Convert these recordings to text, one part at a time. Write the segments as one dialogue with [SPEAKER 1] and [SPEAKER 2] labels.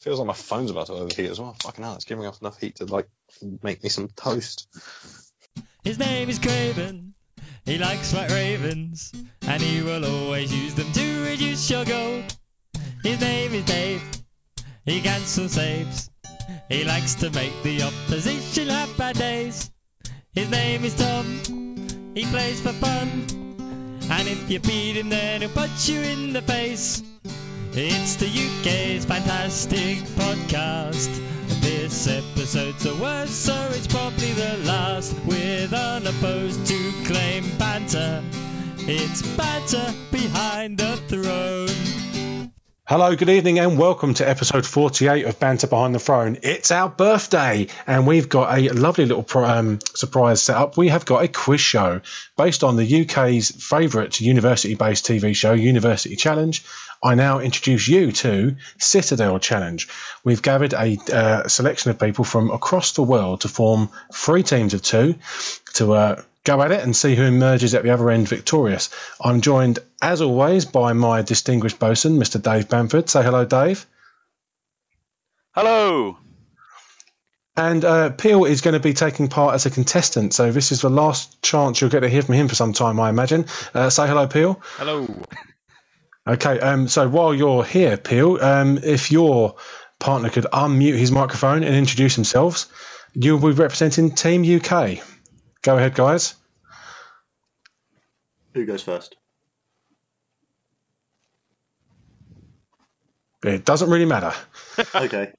[SPEAKER 1] Feels like my phone's about to overheat as well. Fucking hell, it's giving off enough heat to like make me some toast.
[SPEAKER 2] His name is Craven. He likes white ravens, and he will always use them to reduce your goal. His name is Dave. He cancels saves. He likes to make the opposition have bad days. His name is Tom. He plays for fun, and if you beat him, then he'll punch you in the face. It's the UK's fantastic podcast. This episode's the worst, so it's probably the last. With unopposed to claim banter, it's banter behind the throne.
[SPEAKER 3] Hello, good evening, and welcome to episode 48 of Banter Behind the Throne. It's our birthday, and we've got a lovely little pro- um, surprise set up. We have got a quiz show based on the UK's favourite university based TV show, University Challenge. I now introduce you to Citadel Challenge. We've gathered a uh, selection of people from across the world to form three teams of two to uh, go at it and see who emerges at the other end victorious. I'm joined, as always, by my distinguished bosun, Mr. Dave Bamford. Say hello, Dave.
[SPEAKER 4] Hello.
[SPEAKER 3] And uh, Peel is going to be taking part as a contestant, so this is the last chance you'll get to hear from him for some time, I imagine. Uh, say hello, Peel.
[SPEAKER 4] Hello.
[SPEAKER 3] Okay, um, so while you're here, Peel, um, if your partner could unmute his microphone and introduce themselves, you'll be representing Team UK. Go ahead, guys.
[SPEAKER 5] Who goes first?
[SPEAKER 3] It doesn't really matter.
[SPEAKER 5] okay.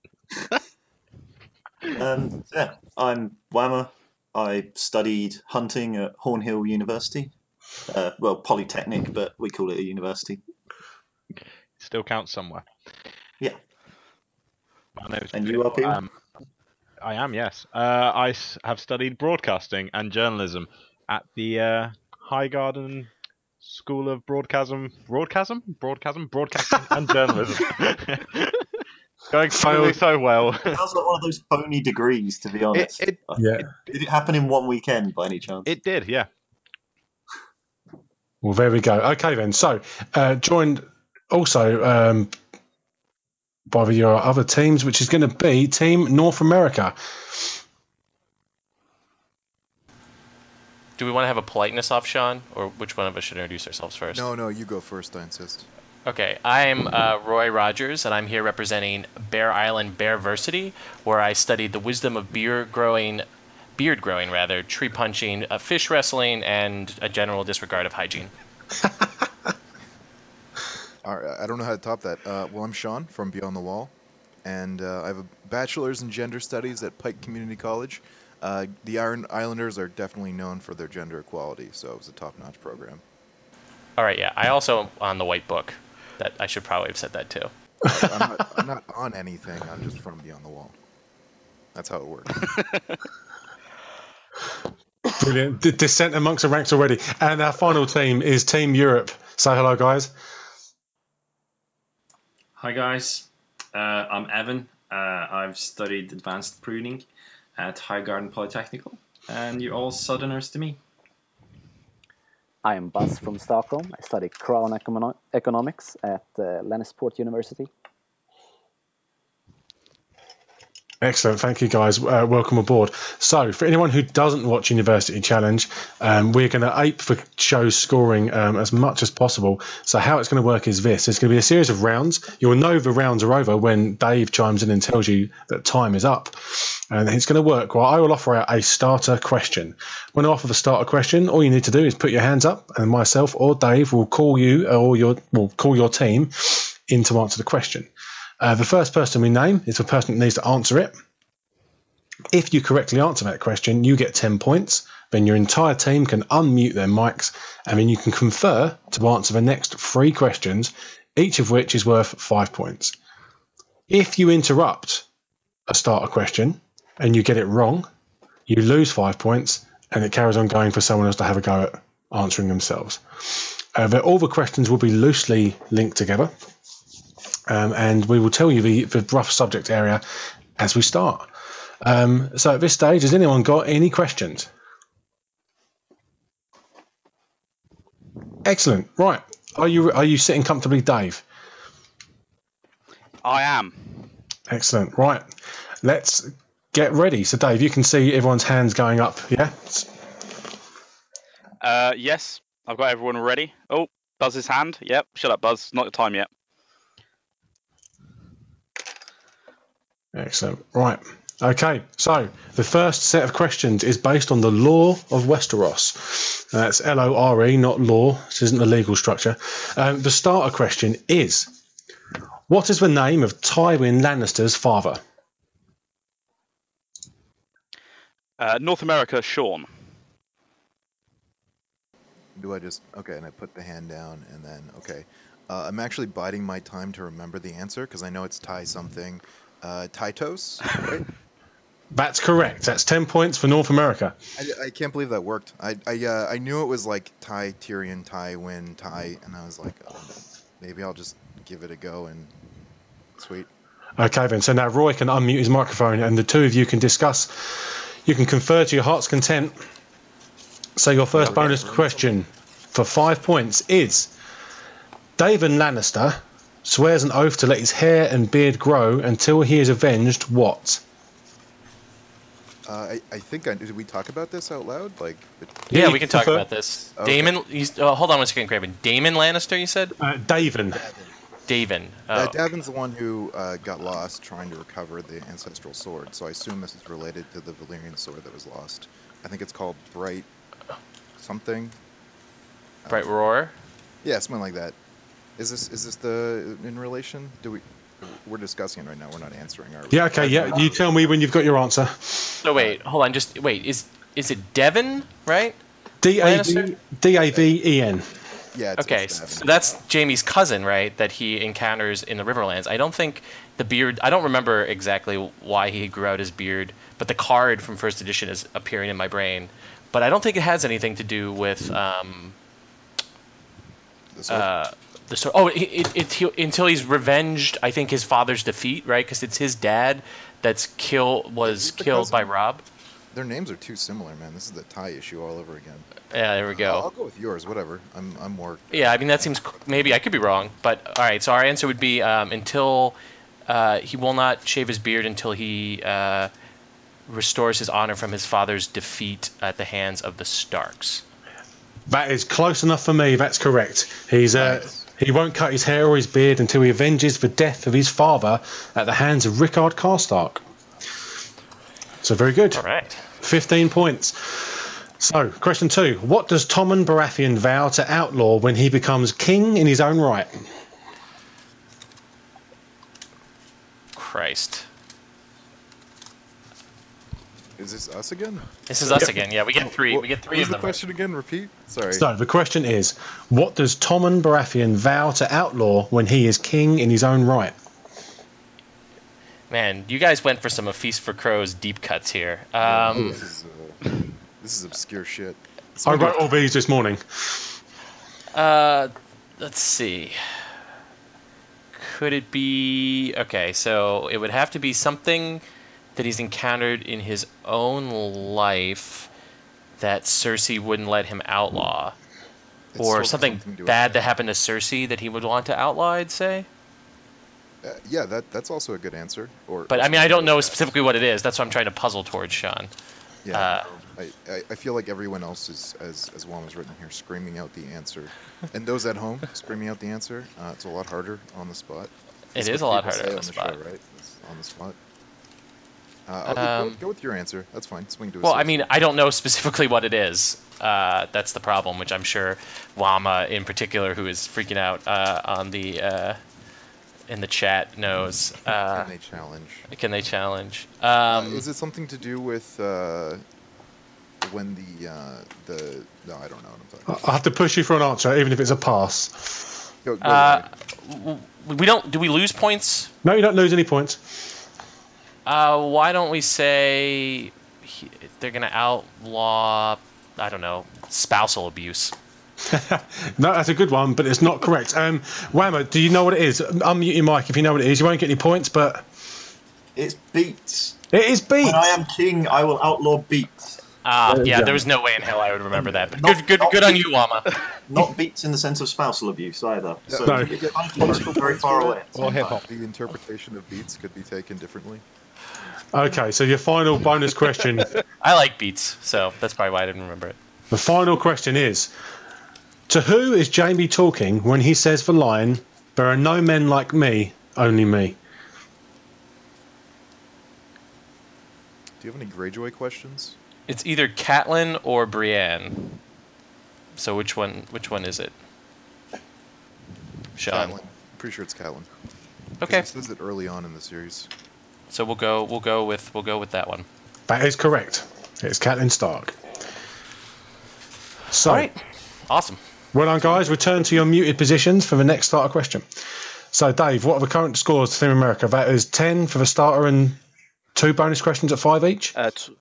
[SPEAKER 5] um, yeah, I'm Wammer. I studied hunting at Hornhill University. Uh, well, polytechnic, but we call it a university.
[SPEAKER 4] Still counts somewhere.
[SPEAKER 5] Yeah.
[SPEAKER 4] My name is
[SPEAKER 5] And you are Peel?
[SPEAKER 4] Um, I am, yes. Uh, I s- have studied broadcasting and journalism at the uh, High Garden School of Broadcasm. Broadcasm? Broadcasm? Broadcasting and Journalism. Going finally so well.
[SPEAKER 5] Sounds like one of those phony degrees, to be
[SPEAKER 4] It,
[SPEAKER 5] honest.
[SPEAKER 4] it,
[SPEAKER 3] Yeah.
[SPEAKER 5] Did it happen in one weekend by any chance?
[SPEAKER 4] it did, yeah.
[SPEAKER 3] Well, there we go. Okay, then. So, uh, joined also um, by the- your other teams, which is going to be Team North America.
[SPEAKER 6] Do we want to have a politeness off, Sean, or which one of us should introduce ourselves first?
[SPEAKER 7] No, no, you go first, I insist.
[SPEAKER 6] Okay, I'm uh, Roy Rogers, and I'm here representing Bear Island Bearversity, where I studied the wisdom of beer growing, beard growing rather, tree punching, uh, fish wrestling, and a general disregard of hygiene.
[SPEAKER 7] All right, I don't know how to top that. Uh, well, I'm Sean from Beyond the Wall, and uh, I have a bachelor's in gender studies at Pike Community College. Uh, the Iron Islanders are definitely known for their gender equality, so it was a top-notch program.
[SPEAKER 6] All right, yeah, I also am on the white book. That I should probably have said that too.
[SPEAKER 7] I'm not, I'm not on anything. I'm just from Beyond the Wall. That's how it works.
[SPEAKER 3] Brilliant. D- descent amongst the ranks already. And our final team is Team Europe. Say hello, guys.
[SPEAKER 8] Hi guys, uh, I'm Evan. Uh, I've studied advanced pruning at High Garden Polytechnical, and you're all Southerners to me.
[SPEAKER 9] I am Buzz from Stockholm. I study crown econo- economics at uh, Lennesport University.
[SPEAKER 3] Excellent. Thank you, guys. Uh, welcome aboard. So, for anyone who doesn't watch University Challenge, um, we're going to ape for show's scoring um, as much as possible. So, how it's going to work is this it's going to be a series of rounds. You'll know the rounds are over when Dave chimes in and tells you that time is up. And it's going to work. Well, I will offer out a starter question. When I offer the starter question, all you need to do is put your hands up, and myself or Dave will call you or your will call your team in to answer the question. Uh, the first person we name is the person that needs to answer it. If you correctly answer that question, you get 10 points. Then your entire team can unmute their mics and then you can confer to answer the next three questions, each of which is worth five points. If you interrupt a starter question and you get it wrong, you lose five points and it carries on going for someone else to have a go at answering themselves. Uh, the- all the questions will be loosely linked together um, and we will tell you the, the rough subject area as we start. Um, so at this stage, has anyone got any questions? Excellent. Right. Are you are you sitting comfortably, Dave?
[SPEAKER 10] I am.
[SPEAKER 3] Excellent. Right. Let's get ready. So, Dave, you can see everyone's hands going up. Yeah.
[SPEAKER 10] Uh, yes, I've got everyone ready. Oh, Buzz's hand. Yep. Shut up, Buzz. Not the time yet.
[SPEAKER 3] Excellent. Right. Okay. So the first set of questions is based on the law of Westeros. That's L O R E, not law. This isn't a legal structure. Um, the starter question is What is the name of Tywin Lannister's father?
[SPEAKER 10] Uh, North America, Sean.
[SPEAKER 7] Do I just okay? And I put the hand down, and then okay. Uh, I'm actually biding my time to remember the answer because I know it's tie something. Uh, Titos, right?
[SPEAKER 3] That's correct. That's 10 points for North America.
[SPEAKER 7] I, I can't believe that worked. I I, uh, I knew it was like Ty Tyrion, Ty Win, Ty, and I was like, oh, maybe I'll just give it a go and sweet.
[SPEAKER 3] Okay, then. So now Roy can unmute his microphone, and the two of you can discuss. You can confer to your heart's content. So your first
[SPEAKER 1] Yeah, we
[SPEAKER 3] bonus
[SPEAKER 1] get room.
[SPEAKER 3] question for five points is: Davon Lannister swears an oath to let his hair and beard grow until he is avenged. What?
[SPEAKER 7] Uh, I, I think I did. We talk about this out loud, like
[SPEAKER 6] Yeah,
[SPEAKER 3] Yeah,
[SPEAKER 6] we
[SPEAKER 3] you
[SPEAKER 6] can talk
[SPEAKER 3] prefer-
[SPEAKER 6] about this.
[SPEAKER 7] Okay.
[SPEAKER 6] Damon, he's, oh, hold on one second, Graven. Damon Lannister, you said?
[SPEAKER 3] Uh, Davon.
[SPEAKER 6] Davin. Oh.
[SPEAKER 7] uh, Davin's the one who uh, got lost trying to recover the ancestral sword. So I assume this is related to the Valyrian sword that was lost. I think it's called Bright something.
[SPEAKER 6] Bright Roar.
[SPEAKER 7] Yeah, something like that. Is this is this the in relation? Do we? We're discussing it right now. We're not answering, are we?
[SPEAKER 3] Yeah. Okay. Yeah. You tell me when you've got your answer.
[SPEAKER 6] No, wait, hold on. Just wait. Is is it Devon, right?
[SPEAKER 3] D A V
[SPEAKER 6] Lannister?
[SPEAKER 3] D A V E N.
[SPEAKER 7] Yeah. It's,
[SPEAKER 6] Okay,
[SPEAKER 7] it's Davin.
[SPEAKER 6] so that's Jamie's cousin, right? That he encounters in the Riverlands. I don't think the beard. I don't remember exactly why he grew out his beard, but the card from first edition is appearing in my brain. But I don't think it has anything to do with um,
[SPEAKER 7] The sword.
[SPEAKER 6] uh, the story. Oh, it, it, it, he, until he's revenged, I think his father's defeat, right? Because it's his dad that's kill was
[SPEAKER 7] he's the
[SPEAKER 6] killed by
[SPEAKER 7] cousin.
[SPEAKER 6] Rob.
[SPEAKER 7] Their names are too similar, man. This is the tie issue all over again.
[SPEAKER 6] Yeah, there we
[SPEAKER 7] I'll, I'll
[SPEAKER 6] go.
[SPEAKER 7] go with yours. Whatever. I'm I'm more.
[SPEAKER 6] Yeah, I mean that seems maybe I could be wrong, but all right. So our answer would be um, until uh, he will not shave his beard until he uh, restores his honor from his father's defeat at the hands of the Starks.
[SPEAKER 3] That is close enough for me. That's correct. He's uh, he won't cut his hair or his beard until he avenges the death of his father at the hands of Rickard Karstark. So very good.
[SPEAKER 6] All right.
[SPEAKER 3] Fifteen points. So question two: What does Tommen Baratheon vow to outlaw when he becomes king in his own right?
[SPEAKER 6] Christ.
[SPEAKER 7] Is this us again?
[SPEAKER 6] This is us again. Yeah, we get three. We get three
[SPEAKER 7] What was
[SPEAKER 6] of
[SPEAKER 7] the
[SPEAKER 6] them.
[SPEAKER 7] question again? Repeat. Sorry.
[SPEAKER 3] So the question is: What does Tommen Baratheon vow to outlaw when he is king in his own right?
[SPEAKER 6] Man, you guys went for some of Feast for Crows deep cuts here.
[SPEAKER 7] Oh,
[SPEAKER 6] Um,
[SPEAKER 7] this is uh, this is obscure shit.
[SPEAKER 3] I wrote all these this morning.
[SPEAKER 6] uh, let's see. Could it be okay? So it would have to be something that he's encountered in his own life that Cersei wouldn't let him outlaw,
[SPEAKER 7] It's sort
[SPEAKER 6] or
[SPEAKER 7] of
[SPEAKER 6] something
[SPEAKER 7] to
[SPEAKER 6] bad
[SPEAKER 7] do
[SPEAKER 6] that happened to Cersei that he would want to outlaw. I'd say.
[SPEAKER 7] with- Uh, yeah, that that's also a good answer. Or
[SPEAKER 6] But I mean, I don't know specifically what it is. That's what I'm trying to puzzle towards, Sean.
[SPEAKER 7] Yeah,
[SPEAKER 6] uh,
[SPEAKER 7] I, I, I feel like everyone else is, as as Juan was written here, screaming out the answer, and those at home screaming out the answer. Uh, it's a lot harder on the spot.
[SPEAKER 6] It
[SPEAKER 7] That's
[SPEAKER 6] is a lot
[SPEAKER 7] what people
[SPEAKER 6] harder
[SPEAKER 7] say
[SPEAKER 6] on the spot.
[SPEAKER 7] show, right? It's on the spot. Uh, I'll-
[SPEAKER 6] Um,
[SPEAKER 7] go, go with your answer. That's fine. Swing to a
[SPEAKER 6] Well, I
[SPEAKER 7] six.
[SPEAKER 6] mean, I don't know specifically what it is. Uh, that's the problem, which I'm sure Wama in particular, who is freaking out uh, on the uh, in the chat, knows. Uh,
[SPEAKER 7] Can they challenge.
[SPEAKER 6] can they challenge?
[SPEAKER 7] Uh,
[SPEAKER 6] Um,
[SPEAKER 7] is it something to do with uh, when the uh, the? No, I don't know what I'm talking.
[SPEAKER 3] I
[SPEAKER 7] about.
[SPEAKER 3] I have to push you for an answer, even if it's a pass.
[SPEAKER 7] Go, go
[SPEAKER 6] uh,
[SPEAKER 7] Ryan.
[SPEAKER 6] w- Uh, we don't. Do we lose points?
[SPEAKER 3] No, you don't lose any points.
[SPEAKER 6] Uh, why don't we say he, they're gonna outlaw? I don't know, spousal abuse.
[SPEAKER 3] No, that's a good one, but it's not correct. Um, Whammer, do you know what it is? Unmute your mic if you know what it is. You won't get any points, but
[SPEAKER 5] It's beats.
[SPEAKER 3] it is beat.
[SPEAKER 5] When I am king, I will outlaw beats.
[SPEAKER 6] Uh,
[SPEAKER 11] Ah,
[SPEAKER 5] There you
[SPEAKER 11] yeah,
[SPEAKER 5] go.
[SPEAKER 11] there was no way in hell I would remember that. But
[SPEAKER 5] Not-
[SPEAKER 11] good, good,
[SPEAKER 5] not-
[SPEAKER 11] good on you, Wama.
[SPEAKER 5] Not beats in the sense of spousal abuse either. So
[SPEAKER 3] No.
[SPEAKER 5] it's kind of useful, very far away. at the same time.
[SPEAKER 7] The interpretation of beats could be taken differently.
[SPEAKER 3] Okay, so your final bonus question.
[SPEAKER 11] I like beats, so that's probably why I didn't remember it.
[SPEAKER 3] the final question is To who is Jamie talking when he says for Lion, There are no men like me, only me?
[SPEAKER 7] Do you have any Greyjoy questions?
[SPEAKER 11] It's either Catelyn or Brienne. So which one? Which one is it? Sean.
[SPEAKER 7] Catelyn. I'm pretty sure it's Catelyn. 'Cause
[SPEAKER 11] Okay,
[SPEAKER 7] It says it early on in the series.
[SPEAKER 11] so we'll go. We'll go with. We'll go with that one.
[SPEAKER 3] That is correct. It's Catelyn Stark. So,
[SPEAKER 11] All right. Awesome.
[SPEAKER 3] well done, guys. Return to your muted positions for the next starter question. So, Dave, what are the current scores for Team America? That is 10 for the starter and two bonus questions at five each.
[SPEAKER 12] Uh, t-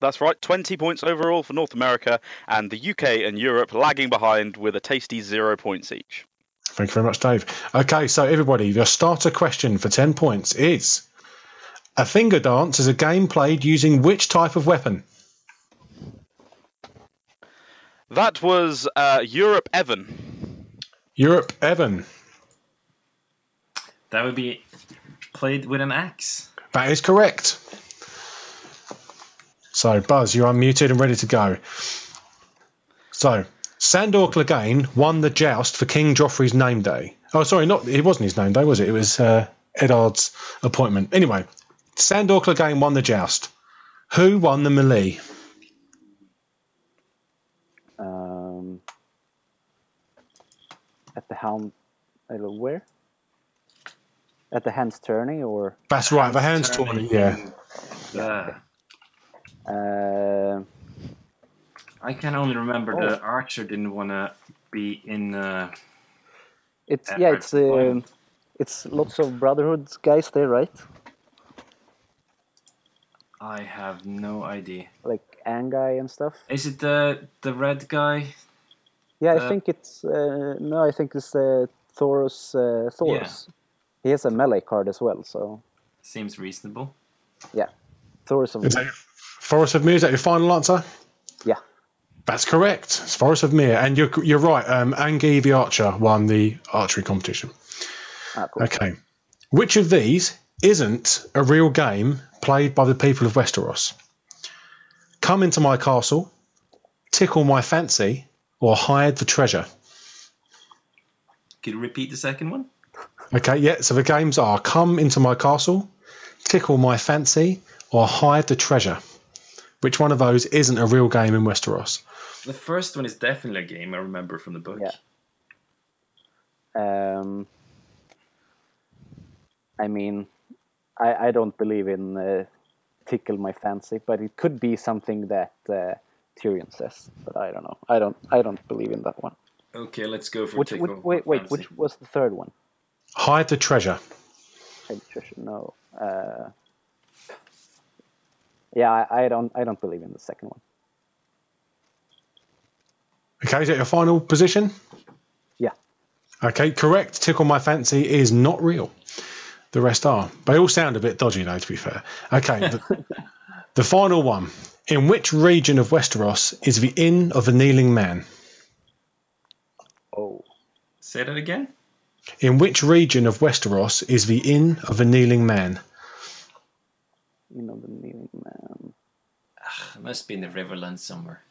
[SPEAKER 12] that's right, 20 points overall for North America, and the UK and Europe lagging behind with a tasty zero points each.
[SPEAKER 3] Thank you very much, Dave. Okay, so everybody, your starter question for 10 points is A finger dance is a game played using which type of weapon?
[SPEAKER 12] That was uh, Europe Evan.
[SPEAKER 3] Europe, Evan.
[SPEAKER 6] That would be played with an axe.
[SPEAKER 3] That is correct. So, Buzz, you're unmuted and ready to go. So, Sandor Clegane won the joust for King Joffrey's name day. Oh, sorry, not it wasn't his name day, was it? It was uh, Eddard's appointment. Anyway, Sandor Clegane won the joust. Who won the melee?
[SPEAKER 9] Um, at the helm, uh, where? At the hand's tourney, or
[SPEAKER 3] That's right, the hands tournament. Yeah.
[SPEAKER 6] Uh,
[SPEAKER 9] uh,
[SPEAKER 6] I can only remember
[SPEAKER 9] Oh.
[SPEAKER 6] the archer didn't want to be in. Uh,
[SPEAKER 9] it's
[SPEAKER 6] At
[SPEAKER 9] yeah,
[SPEAKER 6] Red
[SPEAKER 9] it's um, it's lots of Brotherhood guys there, right?
[SPEAKER 6] I have no idea.
[SPEAKER 9] Like Angai and stuff.
[SPEAKER 6] Is it the the red guy?
[SPEAKER 9] Yeah, I
[SPEAKER 6] Uh,
[SPEAKER 9] think it's uh, no, I think it's uh, Thoros. Uh, Thoros. He has a melee card as well, so
[SPEAKER 6] Seems reasonable.
[SPEAKER 9] Thoros of
[SPEAKER 3] Is that your- Forest of Mir, is that your final answer?
[SPEAKER 9] Yeah.
[SPEAKER 3] That's correct. It's Forest of Mir. And you're, you're right, um, Angie the Archer won the archery competition.
[SPEAKER 9] ah, cool.
[SPEAKER 3] Okay. Which of these isn't a real game played by the people of Westeros? Come into my castle, tickle my fancy, or hide the treasure.
[SPEAKER 6] Could you repeat the second one?
[SPEAKER 3] Okay, yeah, so the games are come into my castle, tickle my fancy, or hide the treasure. Which one of those isn't a real game in Westeros?
[SPEAKER 6] The first one is definitely a game I remember from the book.
[SPEAKER 9] Yeah. Um, I mean, I, I don't believe in uh, tickle my fancy, but it could be something that uh, Tyrion says. But I don't know. I don't. I don't believe in that one.
[SPEAKER 6] Okay, let's go for
[SPEAKER 9] Which,
[SPEAKER 6] Tickle
[SPEAKER 9] which wait, wait,
[SPEAKER 6] Fancy.
[SPEAKER 9] which was the third one?
[SPEAKER 3] Hide the treasure.
[SPEAKER 9] I just know. Uh, yeah, I, I don't. I don't believe in the second one.
[SPEAKER 3] Okay, is that your final position?
[SPEAKER 9] Yeah.
[SPEAKER 3] Okay, correct. Tickle My Fancy is not real. The rest are. They all sound a bit dodgy, though, to be fair. Okay, the, the final one. In which region of Westeros is the Inn of the Kneeling Man?
[SPEAKER 9] Oh,
[SPEAKER 6] Say that again.
[SPEAKER 3] In which region of Westeros is the Inn of the Kneeling Man?
[SPEAKER 9] you know the kneeling man.
[SPEAKER 6] It must be in the Riverlands somewhere.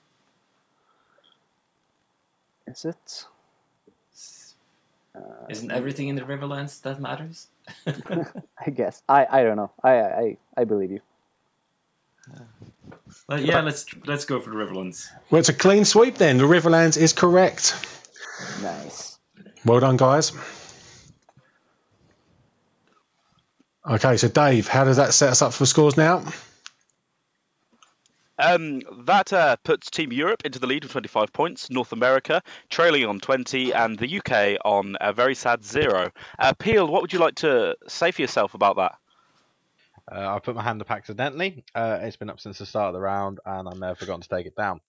[SPEAKER 9] Is it? Uh,
[SPEAKER 6] Isn't everything in the Riverlands that matters?
[SPEAKER 9] I guess. I, I don't know. I, I I believe you.
[SPEAKER 6] Well, yeah, let's let's go for the Riverlands.
[SPEAKER 3] Well, it's a clean sweep then. The Riverlands is correct.
[SPEAKER 9] Nice.
[SPEAKER 3] Well done, guys. Okay, so Dave, how does that set us up for scores now?
[SPEAKER 12] Um, that uh, puts Team Europe into the lead with 25 points, North America trailing on 20, and the UK on a very sad zero. Uh, Peel, what would you like to say for yourself about that?
[SPEAKER 4] Uh, I put my hand up accidentally. Uh, it's been up since the start of the round, and I may have forgotten to take it down.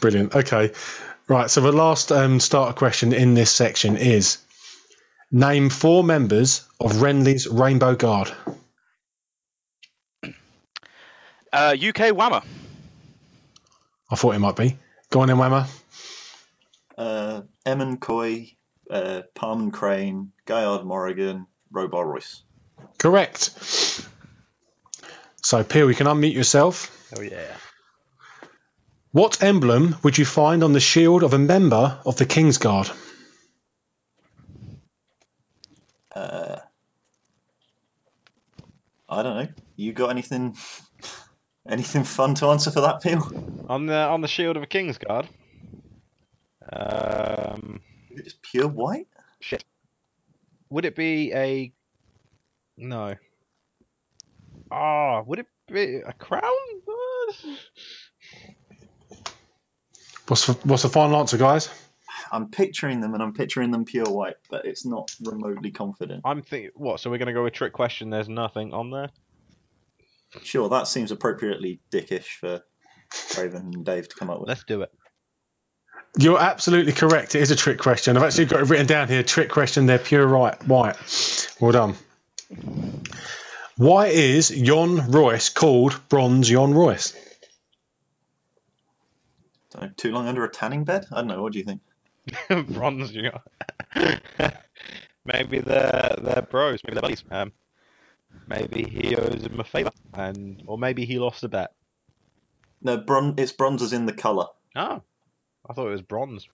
[SPEAKER 3] Brilliant. Okay. Right. So the last um, starter question in this section is name four members of Renly's Rainbow Guard.
[SPEAKER 10] Uh, UK Whammer.
[SPEAKER 3] I thought it might be. Go on then, Whammer.
[SPEAKER 5] Uh, Emin Coy, uh, Parman Crane, Guyard Morrigan, Robar Royce.
[SPEAKER 3] Correct. So, Peel, you can unmute yourself.
[SPEAKER 4] Oh yeah.
[SPEAKER 3] What emblem would you find on the shield of a member of the King's Guard?
[SPEAKER 5] Uh, I don't know. You got anything? Anything fun to answer for that, Peel?
[SPEAKER 4] On the on the shield of a king's guard. Um,
[SPEAKER 5] It's pure white.
[SPEAKER 4] would it be a? No. Ah, would it be a crown? Uh,
[SPEAKER 3] What's the, what's the final answer, guys?
[SPEAKER 5] I'm picturing them, and I'm picturing them pure white, but it's not remotely confident.
[SPEAKER 4] I'm thinking. What? So we're gonna go with trick question. There's nothing on there.
[SPEAKER 5] Sure, that seems appropriately dickish for Craven and Dave to come up with.
[SPEAKER 4] Let's do it.
[SPEAKER 3] You're absolutely correct. It is a trick question. I've actually got it written down here. Trick question. They're pure right, white. Well done. Why is Jon Royce called Bronze Jon Royce?
[SPEAKER 5] So, too long under a tanning bed? I don't know. What do you think?
[SPEAKER 4] Bronze. You got. maybe they're they're bros. Maybe they're buddies. Um, maybe he owes him a favor, and or maybe he lost a bet.
[SPEAKER 5] No, bron. It's bronze as in the color,
[SPEAKER 4] Oh, I thought it was bronze.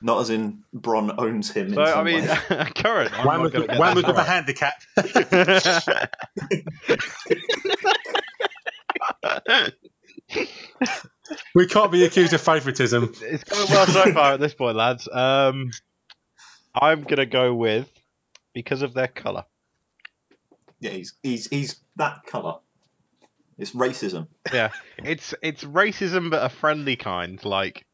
[SPEAKER 5] not as in Bron owns him. in
[SPEAKER 4] So I
[SPEAKER 5] some
[SPEAKER 4] mean,
[SPEAKER 5] way.
[SPEAKER 4] current. I'm
[SPEAKER 3] One
[SPEAKER 4] not
[SPEAKER 3] with
[SPEAKER 4] gonna
[SPEAKER 3] the,
[SPEAKER 4] get
[SPEAKER 3] one
[SPEAKER 4] that
[SPEAKER 3] with the
[SPEAKER 4] right.
[SPEAKER 3] handicap. We can't be accused of favouritism.
[SPEAKER 4] it's going well so far at this point, lads. Um, I'm gonna go with because of their color.
[SPEAKER 5] yeah, he's he's he's that color. It's racism.
[SPEAKER 4] Yeah, it's it's racism, but a friendly kind, like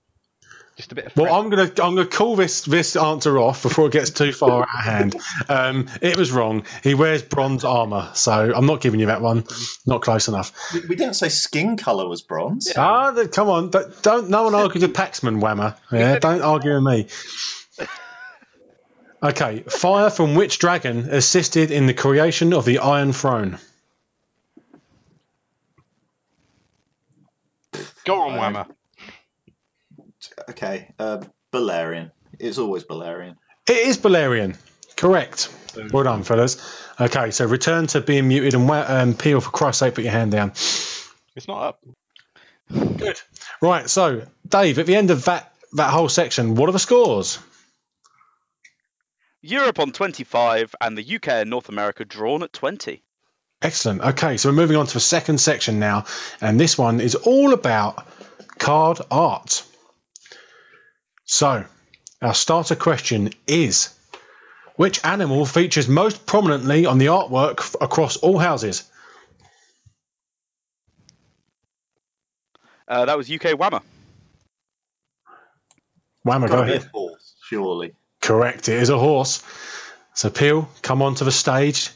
[SPEAKER 4] just a bit. Of
[SPEAKER 3] Well, I'm gonna I'm gonna call this this answer off before it gets too far out of hand. Um, it was wrong. He wears bronze armour, so I'm not giving you that one. Not close enough.
[SPEAKER 5] We, we didn't say skin color was bronze.
[SPEAKER 3] Ah, th- come on! Don't, don't no one argues with Paxman, Whammer. Yeah, don't argue with me. Okay, fire from which dragon assisted in the creation of the Iron Throne?
[SPEAKER 4] go on, Whammer.
[SPEAKER 5] Okay, uh, Balerion. It's always Balerion.
[SPEAKER 3] It is Balerion. Correct. Well done, fellas. Okay, so return to being muted and wha- um, peel for Christ's sake, put your hand down.
[SPEAKER 4] It's not up.
[SPEAKER 3] Good. Right, so Dave, at the end of that that whole section, what are the scores?
[SPEAKER 10] Europe on 25 and the UK and North America drawn at 20.
[SPEAKER 3] Excellent. Okay, so we're moving on to the second section now, and this one is all about card art. So, our starter question is which animal features most prominently on the artwork f- across all houses?
[SPEAKER 10] Uh, that was UK Whammer.
[SPEAKER 3] Whammer, Oh, go
[SPEAKER 5] Gotta be
[SPEAKER 3] ahead.
[SPEAKER 5] a horse, surely.
[SPEAKER 3] Correct. It is a horse. So Peel, come onto the stage.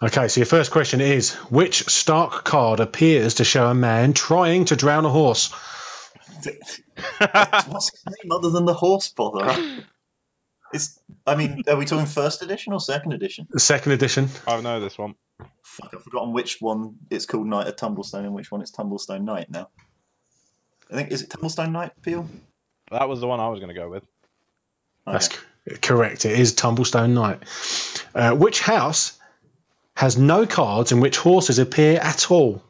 [SPEAKER 3] Okay, so your first question is which Stark card appears to show a man trying to drown a horse?
[SPEAKER 5] What's his name other than the horse bother? It's. I mean, are we talking first edition or second edition?
[SPEAKER 3] The second edition.
[SPEAKER 4] I know this one.
[SPEAKER 5] Fuck, I've forgotten which one it's called Knight of Tumblestone and which one it's Tumblestone Knight now. I think is it Tumblestone Knight, Peel?
[SPEAKER 4] That was the one I was gonna go with.
[SPEAKER 5] Oh,
[SPEAKER 3] That's
[SPEAKER 5] yeah.
[SPEAKER 3] c- correct. It is Tumblestone Knight. Uh, which house has no cards in which horses appear at all?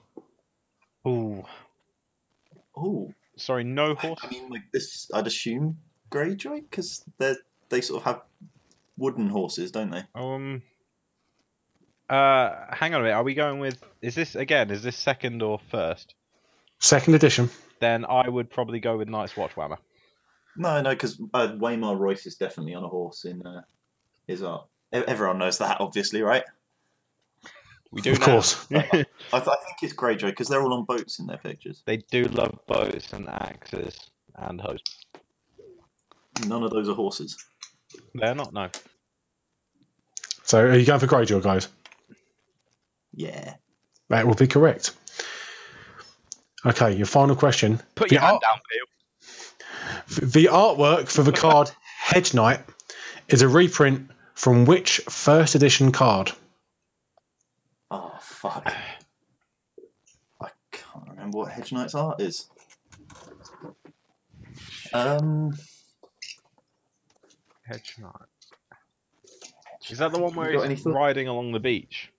[SPEAKER 4] Ooh,
[SPEAKER 5] Oh,
[SPEAKER 4] sorry, no
[SPEAKER 5] I
[SPEAKER 4] horse.
[SPEAKER 5] I mean, like this, I'd assume Greyjoy because they they sort of have wooden horses, don't they?
[SPEAKER 4] Um. Uh, hang on a minute. Are we going with? Is this again? Is this second or first?
[SPEAKER 3] Second edition.
[SPEAKER 4] Then I would probably go with Night's Watch Whammer.
[SPEAKER 5] No, no, because uh, Waymar Royce is definitely on a horse in uh, his art. E- Everyone knows that, obviously, right?
[SPEAKER 4] We do.
[SPEAKER 3] of
[SPEAKER 4] now.
[SPEAKER 3] course.
[SPEAKER 5] I, th- I think it's Greyjoy because they're all on boats in their pictures.
[SPEAKER 4] They do love boats and axes and hoes.
[SPEAKER 5] None of those are horses.
[SPEAKER 4] They're not no.
[SPEAKER 3] So are you going for Greyjoy, guys?
[SPEAKER 5] Yeah.
[SPEAKER 3] That will be correct. Okay, your final question.
[SPEAKER 10] Put
[SPEAKER 3] The
[SPEAKER 10] your hand
[SPEAKER 3] art-
[SPEAKER 10] down, Peel.
[SPEAKER 3] The artwork for the card Hedge Knight is a reprint from which first edition card?
[SPEAKER 5] Oh fuck. and what Hedge Knight's art is. Um,
[SPEAKER 4] Hedge Knight. Is that the one where
[SPEAKER 5] You got
[SPEAKER 4] he's
[SPEAKER 5] any thought-
[SPEAKER 4] riding along the beach?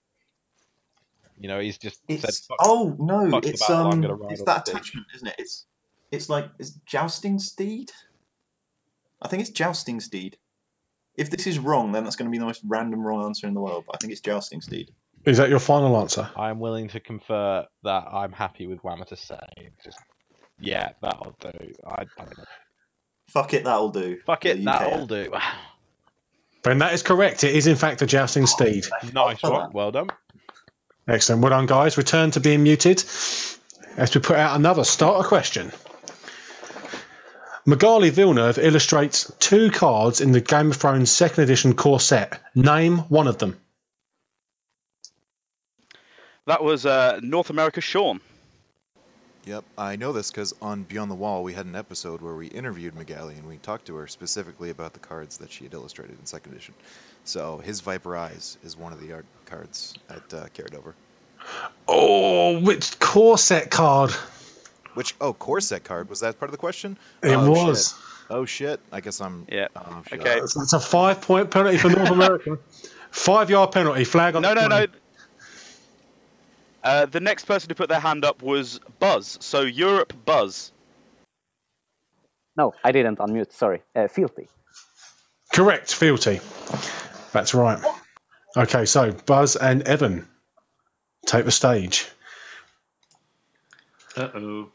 [SPEAKER 4] You know, he's just said,
[SPEAKER 5] it's
[SPEAKER 4] Fuck,
[SPEAKER 5] oh no,
[SPEAKER 4] fuck the
[SPEAKER 5] it's
[SPEAKER 4] battle, I'm
[SPEAKER 5] um,
[SPEAKER 4] gonna ride
[SPEAKER 5] it's
[SPEAKER 4] on
[SPEAKER 5] that
[SPEAKER 4] the beach.
[SPEAKER 5] attachment, isn't it? It's it's like it's jousting steed. I think it's jousting steed. If this is wrong, then that's going to be the most random wrong answer in the world. But I think it's jousting steed.
[SPEAKER 3] Is that your final answer?
[SPEAKER 4] I am willing to confer that I'm happy with Whammer to say. Just, yeah, that'll do. I, I don't know.
[SPEAKER 5] Fuck it, that'll do.
[SPEAKER 4] Fuck it,
[SPEAKER 5] The UK.
[SPEAKER 4] that'll do.
[SPEAKER 3] Ben, that is correct. It is, in fact, a jousting steed.
[SPEAKER 4] nice one. Well done.
[SPEAKER 3] Excellent. Well done, guys. Return to being muted as we put out another starter question. Magali Villeneuve illustrates two cards in the Game of Thrones second edition core set. Name one of them.
[SPEAKER 10] That was uh, North America Sean.
[SPEAKER 7] Yep, I know this because on Beyond the Wall we had an episode where we interviewed Magali and we talked to her specifically about the cards that she had illustrated in second edition. So his Viper Eyes is one of the art cards at uh, carried over.
[SPEAKER 3] Oh, which core set card?
[SPEAKER 7] Which oh, corset card was that part of the question?
[SPEAKER 3] It
[SPEAKER 7] Oh,
[SPEAKER 3] was.
[SPEAKER 7] shit. Oh shit! I guess I'm.
[SPEAKER 10] Yeah.
[SPEAKER 7] Oh, shit.
[SPEAKER 10] Okay.
[SPEAKER 3] It's it's a five point penalty for North America. Five yard penalty. Flag on
[SPEAKER 10] No,
[SPEAKER 3] the
[SPEAKER 10] no, no.
[SPEAKER 3] plane.
[SPEAKER 10] Uh, the next person to put their hand up was Buzz. So Europe Buzz.
[SPEAKER 2] No, I didn't unmute. Sorry. Uh, Fealty.
[SPEAKER 3] Correct. Fealty. That's right. Okay, so Buzz and Evan take the stage.
[SPEAKER 8] Uh oh.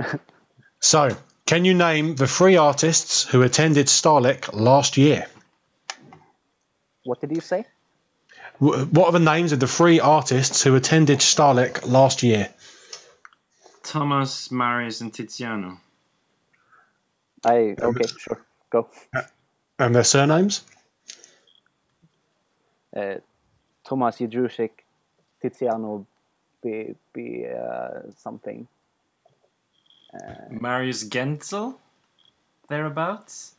[SPEAKER 3] So, can you name the three artists who attended Starlek last year?
[SPEAKER 2] What did you say?
[SPEAKER 3] W- What are the names of the three artists who attended Starlek last year?
[SPEAKER 8] Thomas, Marius, and Tiziano.
[SPEAKER 2] I okay, sure. Go.
[SPEAKER 3] And their surnames?
[SPEAKER 2] Uh, Tomas Jedrzejczyk, Tiziano, be be uh, something.
[SPEAKER 8] Marius Genzel? Thereabouts?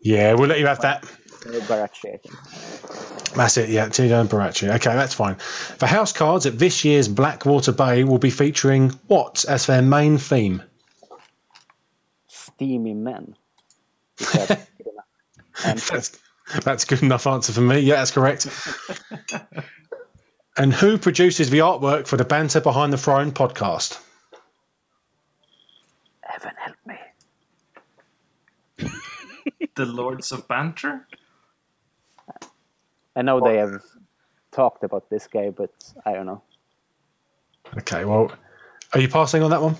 [SPEAKER 3] Yeah, we'll let you have that.
[SPEAKER 2] Uh, Baracci, I think.
[SPEAKER 3] That's it, yeah, Tito and Baracci. Okay, that's fine. The house cards at this year's Blackwater Bay will be featuring what as their main theme?
[SPEAKER 2] Steamy men. Is that good enough? And
[SPEAKER 3] That's, that's good enough answer for me. Yeah, that's correct. and who produces the artwork for the Banter Behind the Throne podcast?
[SPEAKER 2] heaven help me.
[SPEAKER 8] The Lords of Banter?
[SPEAKER 2] I know they have talked about this guy, but I don't know.
[SPEAKER 3] Okay, well, are you passing on that one?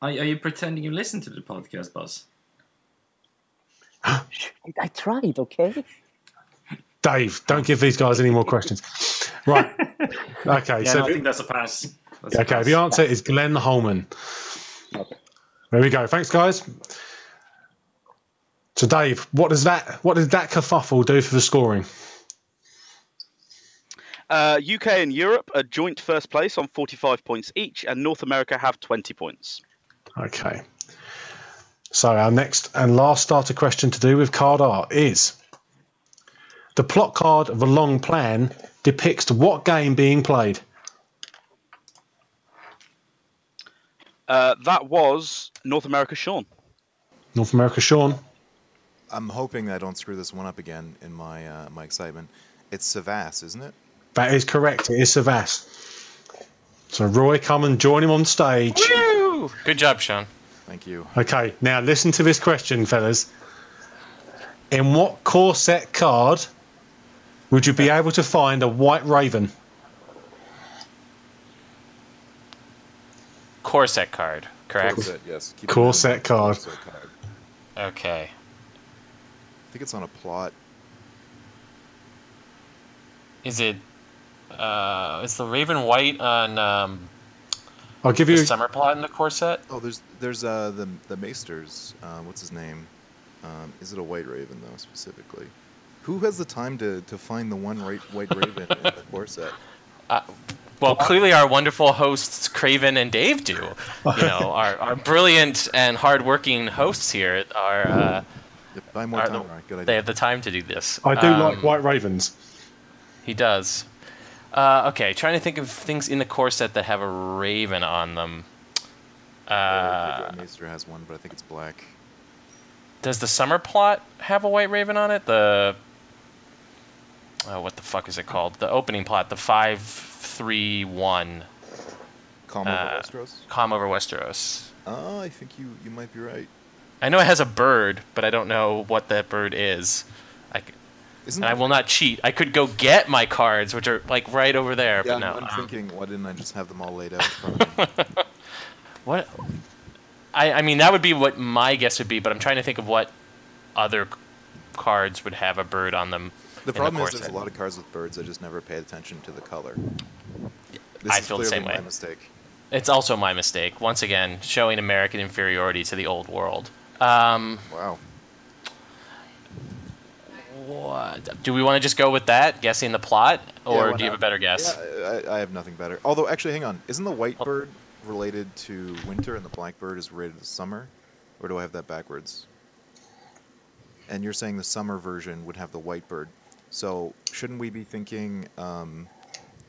[SPEAKER 8] Are, are you pretending you listen to the podcast, Buzz?
[SPEAKER 2] I tried, okay?
[SPEAKER 3] Dave, don't give these guys any more questions. Right. Okay.
[SPEAKER 8] Yeah,
[SPEAKER 3] so
[SPEAKER 8] no, I think that's a pass. That's a
[SPEAKER 3] okay,
[SPEAKER 8] pass.
[SPEAKER 3] the answer is Glenn Holman.
[SPEAKER 2] Okay.
[SPEAKER 3] There we go. Thanks, guys. So, Dave, what does that what does that kerfuffle do for the scoring?
[SPEAKER 10] Uh, UK and Europe are joint first place on 45 points each, and North America have 20 points.
[SPEAKER 3] Okay. So, our next and last starter question to do with card art is the plot card of a long plan depicts what game being played?
[SPEAKER 10] Uh, that was North America Sean.
[SPEAKER 3] North America, Sean.
[SPEAKER 7] I'm hoping I don't screw this one up again in my uh, my excitement. It's Savas, isn't it?
[SPEAKER 3] That is correct. It is Savas. So, Roy, come and join him on stage.
[SPEAKER 6] Woo! Good job, Sean.
[SPEAKER 7] Thank you.
[SPEAKER 3] Okay, now listen to this question, fellas. In what core set card would you be able to find a white raven?
[SPEAKER 6] Corset card, correct?
[SPEAKER 7] Corset, yes. Keep in
[SPEAKER 3] Cool
[SPEAKER 7] mind,
[SPEAKER 3] set card.
[SPEAKER 7] corset card.
[SPEAKER 6] Okay.
[SPEAKER 7] I think it's on a plot.
[SPEAKER 6] Is it? Uh, is the Raven White on um,
[SPEAKER 3] I'll give
[SPEAKER 6] the
[SPEAKER 3] you.
[SPEAKER 6] summer plot in the corset?
[SPEAKER 7] Oh, there's there's uh the the Maesters. Uh, what's his name? Um, is it a White Raven though specifically? Who has the time to, to find the one right, White Raven in the corset?
[SPEAKER 6] Well, clearly our wonderful hosts Craven and Dave do. You know, our, our brilliant and hardworking hosts here are uh,
[SPEAKER 7] If Buy more
[SPEAKER 6] Alright,
[SPEAKER 7] time.
[SPEAKER 6] no,
[SPEAKER 7] Alright, good
[SPEAKER 6] they
[SPEAKER 7] idea.
[SPEAKER 6] have the time to do this.
[SPEAKER 3] I do like
[SPEAKER 6] Um,
[SPEAKER 3] white ravens.
[SPEAKER 6] He does. Uh, okay, trying to think of things in the corset that have a raven on them. Uh,
[SPEAKER 7] Maester has one, but I think it's black.
[SPEAKER 6] does the summer plot have a white raven on it? The oh, what the fuck is it called? The opening plot, the five three one
[SPEAKER 7] Calm
[SPEAKER 6] Uh,
[SPEAKER 7] over Westeros.
[SPEAKER 6] calm over Westeros.
[SPEAKER 7] Oh, I think you, you might be right.
[SPEAKER 6] I know it has a bird, but I don't know what that bird is. I, c-
[SPEAKER 7] Isn't
[SPEAKER 6] and I will not cheat. I could go get my cards, which are like right over there,
[SPEAKER 7] Yeah,
[SPEAKER 6] but no.
[SPEAKER 7] I'm, I'm
[SPEAKER 6] um,
[SPEAKER 7] thinking, why didn't I just have them all laid out in front of me?
[SPEAKER 6] What? I, I mean, that would be what my guess would be, but I'm trying to think of what other c- cards would have a bird on them. the
[SPEAKER 7] The problem is
[SPEAKER 6] corset.
[SPEAKER 7] there's a lot of cards with birds. I just never pay attention to the color.
[SPEAKER 6] I feel the same
[SPEAKER 7] my
[SPEAKER 6] way.
[SPEAKER 7] mistake.
[SPEAKER 6] It's also my mistake, once again, showing American inferiority to the old world. Um,
[SPEAKER 7] Wow.
[SPEAKER 6] what? Do we want to just go with that, guessing the plot,
[SPEAKER 7] Yeah,
[SPEAKER 6] or
[SPEAKER 7] why
[SPEAKER 6] do you have a
[SPEAKER 7] not?
[SPEAKER 6] better guess?
[SPEAKER 7] Yeah, I, I have nothing better. Although, actually, hang on. Isn't the white
[SPEAKER 6] Oh.
[SPEAKER 7] bird related to winter and the black bird is related to summer? Or do I have that backwards? And you're saying the summer version would have the white bird. So shouldn't we be thinking um,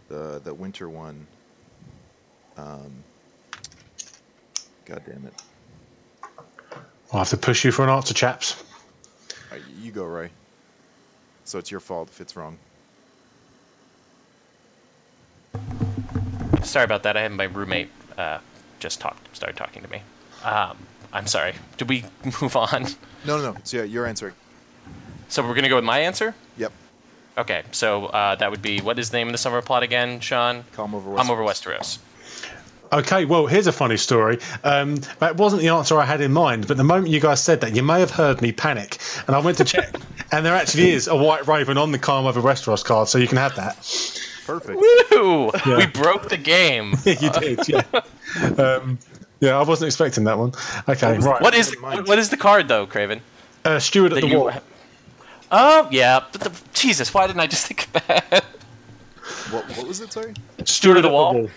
[SPEAKER 7] the the winter one? Um, God damn it!
[SPEAKER 3] I'll have to push you for an answer, chaps.
[SPEAKER 7] All right, you go, Roy. So it's your fault if it's wrong.
[SPEAKER 6] Sorry about that. I had my roommate uh, just talked, started talking to me. Um, I'm sorry. Did we move on?
[SPEAKER 7] No, no, no. So yeah, you're answering.
[SPEAKER 6] So we're gonna go with my answer.
[SPEAKER 7] Yep.
[SPEAKER 6] Okay. So uh, that would be what is the name of the summer plot again, Sean?
[SPEAKER 7] Calm over.
[SPEAKER 6] I'm over Westeros.
[SPEAKER 3] Okay, well, here's a funny story. Um, that wasn't the answer I had in mind, but the moment you guys said that, you may have heard me panic. And I went to check, and there actually is a white raven on the Calm Over Westeros card, so you can have that.
[SPEAKER 7] Perfect.
[SPEAKER 6] Woo! We broke the game.
[SPEAKER 3] you did, yeah. Um, yeah, I wasn't expecting that one. Okay, right.
[SPEAKER 6] What is what is the card though, Craven?
[SPEAKER 3] Uh, Steward at
[SPEAKER 6] That
[SPEAKER 3] the
[SPEAKER 6] you
[SPEAKER 3] Wall.
[SPEAKER 6] ha- Oh yeah. But the, Jesus, why didn't I just think of that?
[SPEAKER 7] What, what was it? Sorry.
[SPEAKER 3] Steward
[SPEAKER 6] at the Wall?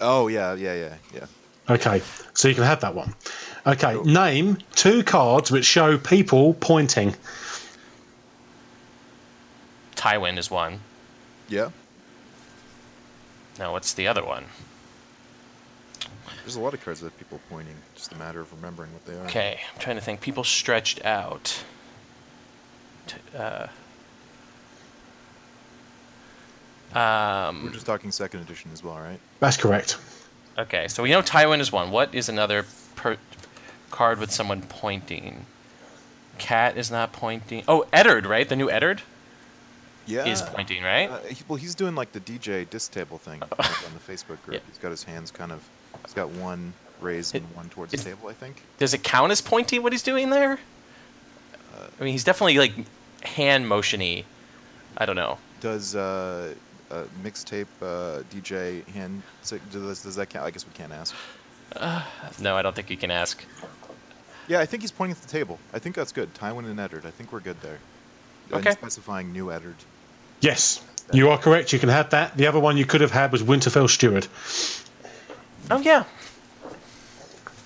[SPEAKER 7] Oh yeah, yeah, yeah, yeah.
[SPEAKER 3] Okay, so you can have that one. Okay, name two cards which show people pointing.
[SPEAKER 6] Tywin is one.
[SPEAKER 7] Yeah.
[SPEAKER 6] Now what's the other one?
[SPEAKER 7] There's a lot of cards with people pointing. Just a matter of remembering what they are.
[SPEAKER 6] Okay, I'm trying to think. People stretched out. T- uh,
[SPEAKER 7] We're
[SPEAKER 6] um,
[SPEAKER 7] just talking second edition as well, right?
[SPEAKER 3] That's correct.
[SPEAKER 6] okay, so we know Tywin is one. What is another per- card with someone pointing? Cat is not pointing. Oh, Eddard, right? The new Eddard
[SPEAKER 7] Yeah.
[SPEAKER 6] is pointing, right?
[SPEAKER 7] Uh, he- well, he's doing like the DJ disc table thing like, on the Facebook group.
[SPEAKER 6] Yeah.
[SPEAKER 7] He's got his hands kind of. He's got one raised and one towards the
[SPEAKER 6] it-
[SPEAKER 7] table, I think.
[SPEAKER 6] Does it count as pointing what he's doing there? I mean, he's definitely like hand motiony. I don't know.
[SPEAKER 7] Does uh, uh, mixtape uh, DJ hand? So does, does that count? I guess we can't ask.
[SPEAKER 6] No, I don't think you can ask.
[SPEAKER 7] Yeah, I think he's pointing at the table. I think that's good. Tywin and Eddard. I think we're good there. And
[SPEAKER 6] Okay.
[SPEAKER 7] specifying new Eddard.
[SPEAKER 3] Yes, you are correct. You can have that. The other one you could have had was Winterfell Steward.
[SPEAKER 6] Oh yeah,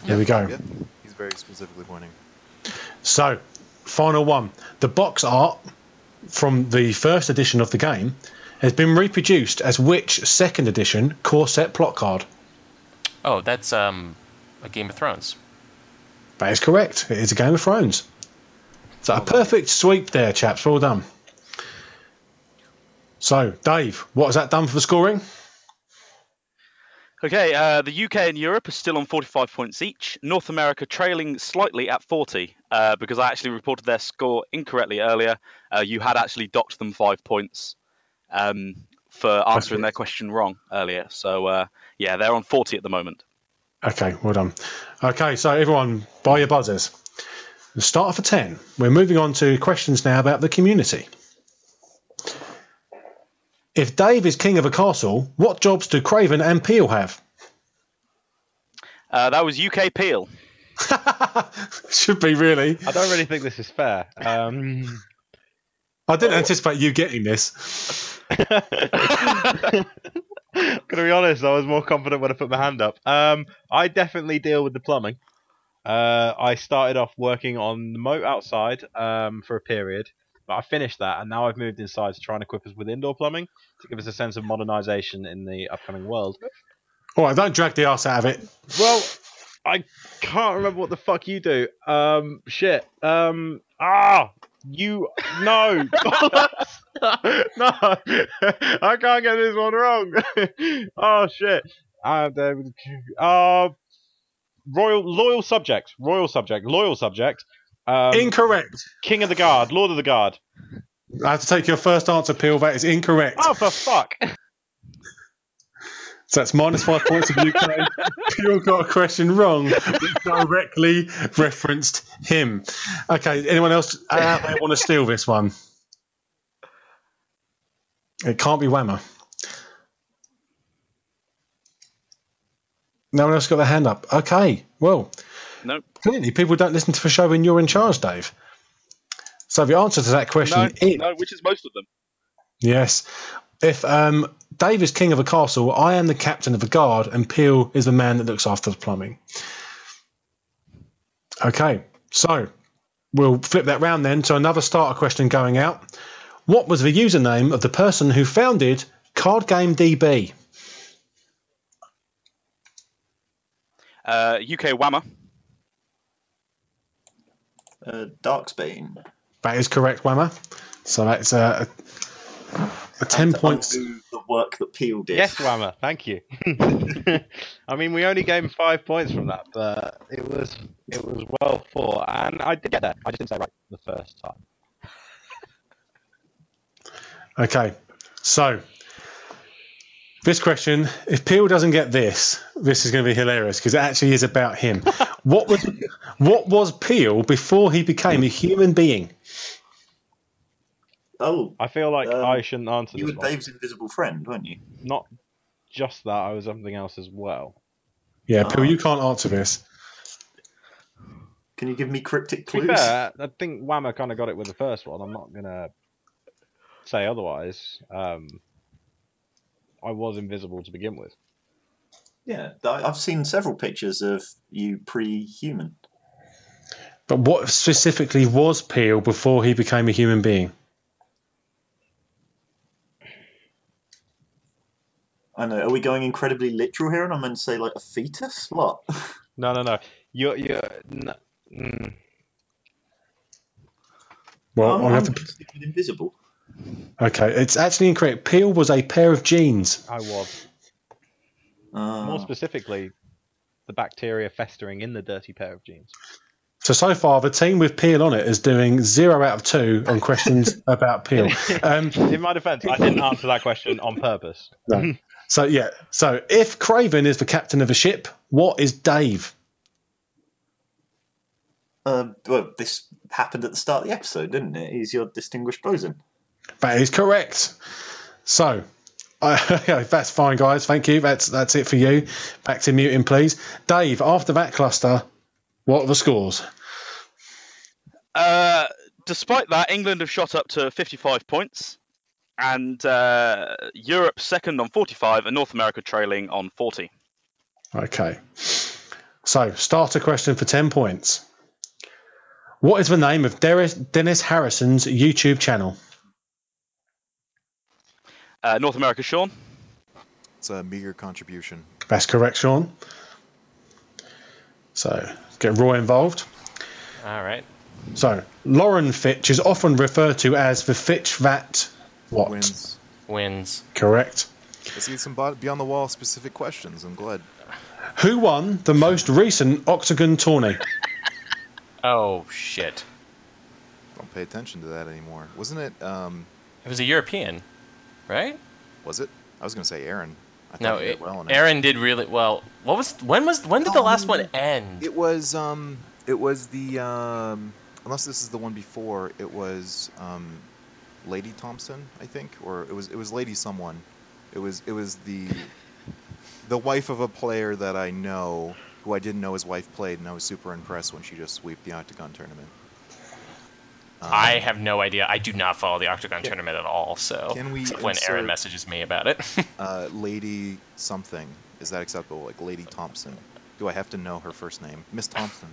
[SPEAKER 3] There we go.
[SPEAKER 7] Yeah. He's very specifically pointing.
[SPEAKER 3] So, final one. The box art from the first edition of the game has been reproduced as which second edition corset plot card?
[SPEAKER 6] Oh, that's um, a Game of Thrones.
[SPEAKER 3] That is correct. It is a Game of Thrones. So a perfect sweep there, chaps. Well done. So, Dave, what has that done for the scoring?
[SPEAKER 10] Okay, uh, the UK and Europe are still on 45 points each. North America trailing slightly at 40 uh, because I actually reported their score incorrectly earlier. Uh, you had actually docked them five points um, for answering their question wrong earlier. So, uh, yeah, they're on 40 at the moment.
[SPEAKER 3] Okay, well done. Okay, so everyone, buy your buzzers. The start for 10. We're moving on to questions now about the community. If Dave is king of a castle, what jobs do Craven and Peel have?
[SPEAKER 10] Uh, that was UK Peel.
[SPEAKER 3] Should be really.
[SPEAKER 4] I don't really think this is fair. Um,
[SPEAKER 3] I didn't anticipate you getting this.
[SPEAKER 4] I'm gonna be honest, I was more confident when I put my hand up. Um, I definitely deal with the plumbing. Uh, I started off working on the moat outside um, for a period, but I finished that, and now I've moved inside to try and equip us with indoor plumbing to give us a sense of modernisation in the upcoming world.
[SPEAKER 3] All right, don't drag the ass out of it.
[SPEAKER 4] Well, I can't remember what the fuck you do. Um, shit. Um, ah, you no, bollocks. no, I can't get this one wrong. oh shit. Ah, I'm David. Uh, royal, loyal subject, royal subject, loyal subject. Um,
[SPEAKER 3] incorrect.
[SPEAKER 4] King of the Guard, Lord of the Guard.
[SPEAKER 3] I have to take your first answer, Peel. That is incorrect.
[SPEAKER 4] Oh, for fuck.
[SPEAKER 3] So that's minus five points of UK. Peel got a question wrong that directly referenced him. Okay, anyone else out there want to steal this one? It can't be Whammer. No one else got their hand up. Okay, well,
[SPEAKER 10] Nope.
[SPEAKER 3] clearly people don't listen to the show when you're in charge, Dave. So the answer to that question
[SPEAKER 10] No,
[SPEAKER 3] is
[SPEAKER 10] no, Uh, which is most of them.
[SPEAKER 3] Yes. If um, Dave is king of a castle, I am the captain of a guard, and Peel is the man that looks after the plumbing. Okay, so we'll flip that round then to another starter question going out. What was the username of the person who founded Card Game DB?
[SPEAKER 10] Uh, UK Whammer.
[SPEAKER 5] Uh, Darksbane.
[SPEAKER 3] That is correct, Whammer. So that's uh, a, a 10 points.
[SPEAKER 5] Undo The work that Peel did.
[SPEAKER 4] Yes, Whammer, thank you. I mean, we only gave him five points from that, but it was it was well fought, and I did get that. I just didn't say it right the first time.
[SPEAKER 3] Okay, so this question, if Peel doesn't get this, this is going to be hilarious because it actually is about him. what was what was Peel before he became a human being?
[SPEAKER 5] Oh,
[SPEAKER 4] I feel like
[SPEAKER 5] Um,
[SPEAKER 4] I shouldn't answer
[SPEAKER 5] you
[SPEAKER 4] this
[SPEAKER 5] were
[SPEAKER 4] one.
[SPEAKER 5] Dave's invisible friend, weren't you?
[SPEAKER 4] Not just that, I was something else as well.
[SPEAKER 3] Yeah, Peel,
[SPEAKER 5] Ah.
[SPEAKER 3] you can't answer this.
[SPEAKER 5] Can you give me cryptic
[SPEAKER 4] To be
[SPEAKER 5] clues?
[SPEAKER 4] fair, I think Whammer kind of got it with the first one. I'm not gonna say otherwise. Um, I was invisible to begin with.
[SPEAKER 5] Yeah, th- I've seen several pictures of you pre-human.
[SPEAKER 3] But what specifically was Peel before he became a human being?
[SPEAKER 5] I know. Are we going incredibly literal here? And I'm going to say like a fetus. What?
[SPEAKER 4] No, no, no. You're you're. n mm.
[SPEAKER 3] Well,
[SPEAKER 5] I'm,
[SPEAKER 3] I'll
[SPEAKER 5] Um, I'm
[SPEAKER 3] have to,
[SPEAKER 5] just thinking invisible.
[SPEAKER 3] okay, it's actually incorrect. Peel was a pair of jeans.
[SPEAKER 4] I was.
[SPEAKER 5] Ah.
[SPEAKER 4] More specifically, the bacteria festering in the dirty pair of jeans.
[SPEAKER 3] So so far, the team with Peel on it is doing zero out of two on questions about Peel. Um,
[SPEAKER 4] In my defence, I didn't answer that question on purpose.
[SPEAKER 3] No. so yeah. So if Craven is the captain of a ship, what is Dave?
[SPEAKER 5] Um, well, this happened at the start of the episode, didn't it? He's your distinguished bosun.
[SPEAKER 3] That is correct. So I that's fine, guys. Thank you. That's that's it for you. Back to muting, please. Dave. After that cluster, what are the scores?
[SPEAKER 10] Uh, despite that, England have shot up to 55 points, and uh, Europe second on 45, and North America trailing on 40.
[SPEAKER 3] Okay. So starter question for ten points. What is the name of Derris, Dennis Harrison's YouTube channel?
[SPEAKER 10] Uh, North America, Sean.
[SPEAKER 7] It's a meager contribution.
[SPEAKER 3] That's correct, Sean. So get Roy involved.
[SPEAKER 6] All right.
[SPEAKER 3] So, Lauren Fitch is often referred to as the Fitch that what?
[SPEAKER 7] Wins.
[SPEAKER 6] Wins.
[SPEAKER 3] Correct.
[SPEAKER 7] Let's get some bo- Beyond the Wall specific questions. I'm glad.
[SPEAKER 3] Who won the most recent Octagon tourney?
[SPEAKER 6] Oh shit.
[SPEAKER 7] Don't pay attention to that anymore. Wasn't it? Um,
[SPEAKER 6] It was a European, right?
[SPEAKER 7] was it? I was gonna say Aaron. I thought
[SPEAKER 6] No,
[SPEAKER 7] he did
[SPEAKER 6] it,
[SPEAKER 7] well in it.
[SPEAKER 6] Aaron did really well. What was when was when did the last
[SPEAKER 7] Um,
[SPEAKER 6] one end?
[SPEAKER 7] It was um, it was the um, unless this is the one before, it was um, Lady Thompson, I think, or it was it was Lady someone. It was it was the the wife of a player that I know, who I didn't know his wife played, and I was super impressed when she just swept the Octagon tournament. Um,
[SPEAKER 6] I have no idea. I do not follow the Octagon
[SPEAKER 7] Can-
[SPEAKER 6] tournament at all. So
[SPEAKER 7] can we
[SPEAKER 6] except when
[SPEAKER 7] insert-
[SPEAKER 6] Aaron messages me about it,
[SPEAKER 7] uh, Lady something is that acceptable? Like Lady Thompson. Do I have to know her first name? Miss Thompson.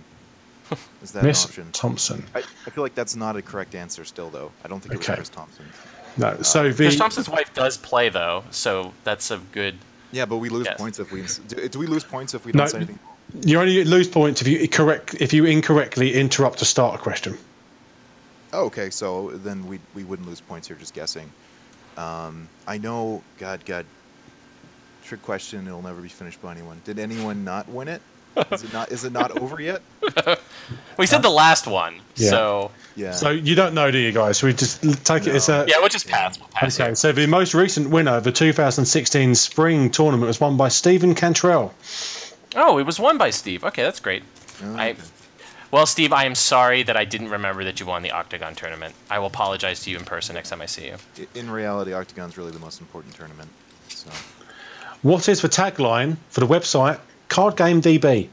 [SPEAKER 7] Is that
[SPEAKER 3] Miss
[SPEAKER 7] an option?
[SPEAKER 3] Thompson.
[SPEAKER 7] I, I feel like that's not a correct answer still, though. I don't think it was
[SPEAKER 3] Okay.
[SPEAKER 7] Chris Thompson.
[SPEAKER 3] No. So
[SPEAKER 6] Chris
[SPEAKER 3] the
[SPEAKER 6] Thompson's wife does play though, so that's a good
[SPEAKER 7] Yeah, but we lose
[SPEAKER 6] Yes.
[SPEAKER 7] points if we ins- do, do we lose points if we
[SPEAKER 3] No.
[SPEAKER 7] don't say anything.
[SPEAKER 3] You only lose points if you correct if you incorrectly interrupt a starter question.
[SPEAKER 7] Oh, okay, so then we we wouldn't lose points here just guessing. Um, I know. God, God. Trick question. It'll never be finished by anyone. Did anyone not win it? Is it not? Is it not over yet?
[SPEAKER 6] We said the last one,
[SPEAKER 3] Yeah.
[SPEAKER 6] so
[SPEAKER 7] Yeah.
[SPEAKER 3] So you don't know, do you guys? We just l- take it as a
[SPEAKER 6] yeah, we'll just pass. We'll pass
[SPEAKER 3] Okay, so the most recent winner of the 2016 spring tournament was won by Stephen Cantrell.
[SPEAKER 6] it. Oh, it was won by Steve. Okay, that's great.
[SPEAKER 7] Oh,
[SPEAKER 6] I,
[SPEAKER 7] okay.
[SPEAKER 6] well, Steve, I am sorry that I didn't remember that you won the Octagon tournament. I will apologize to you in person next time I see you.
[SPEAKER 7] I- In reality, Octagon's really the most important tournament. So
[SPEAKER 3] What is the tagline for the website Card Game DB?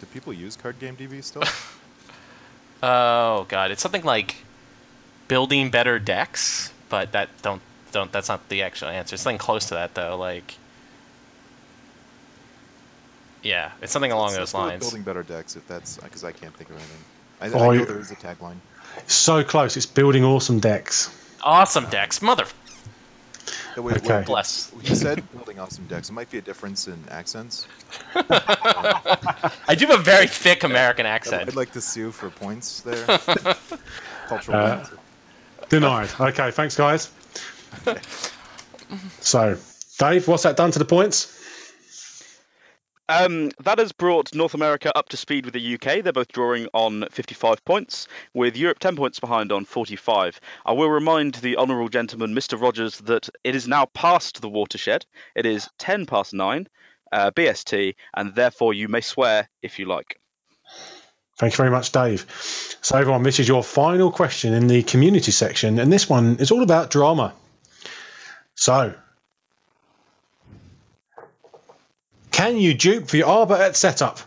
[SPEAKER 7] do people use Card Game DB still?
[SPEAKER 6] Oh God, it's something like building better decks, but that don't don't that's not the actual answer. It's something close to that though, like yeah, it's something along
[SPEAKER 7] So
[SPEAKER 6] those
[SPEAKER 7] let's go with
[SPEAKER 6] lines.
[SPEAKER 7] Building better decks, if that's because I can't think of anything. I, I
[SPEAKER 3] Oh,
[SPEAKER 7] know
[SPEAKER 3] you-
[SPEAKER 7] there is a tagline.
[SPEAKER 3] So close, it's building awesome decks.
[SPEAKER 6] Awesome decks, mother
[SPEAKER 7] Oh, wait, wait,
[SPEAKER 3] Okay.
[SPEAKER 6] bless.
[SPEAKER 7] He said building awesome decks. It might be a difference in accents.
[SPEAKER 6] I do have a very thick American
[SPEAKER 7] I'd
[SPEAKER 6] accent.
[SPEAKER 7] like to sue for points there. Cultural
[SPEAKER 3] Uh,
[SPEAKER 7] points.
[SPEAKER 3] Denied. Okay, thanks, guys. So, Dave, what's that done to the points?
[SPEAKER 10] Um, that has brought North America up to speed with the UK. They're both drawing on 55 points, with Europe 10 points behind on 45. I will remind the honourable gentleman, Mr. Rogers, that it is now past the watershed. It is 10 past 9 uh, BST, and therefore you may swear if you like.
[SPEAKER 3] Thank you very much, Dave. So, everyone, this is your final question in the community section, and this one is all about drama. So, can you dupe the Arbor at setup?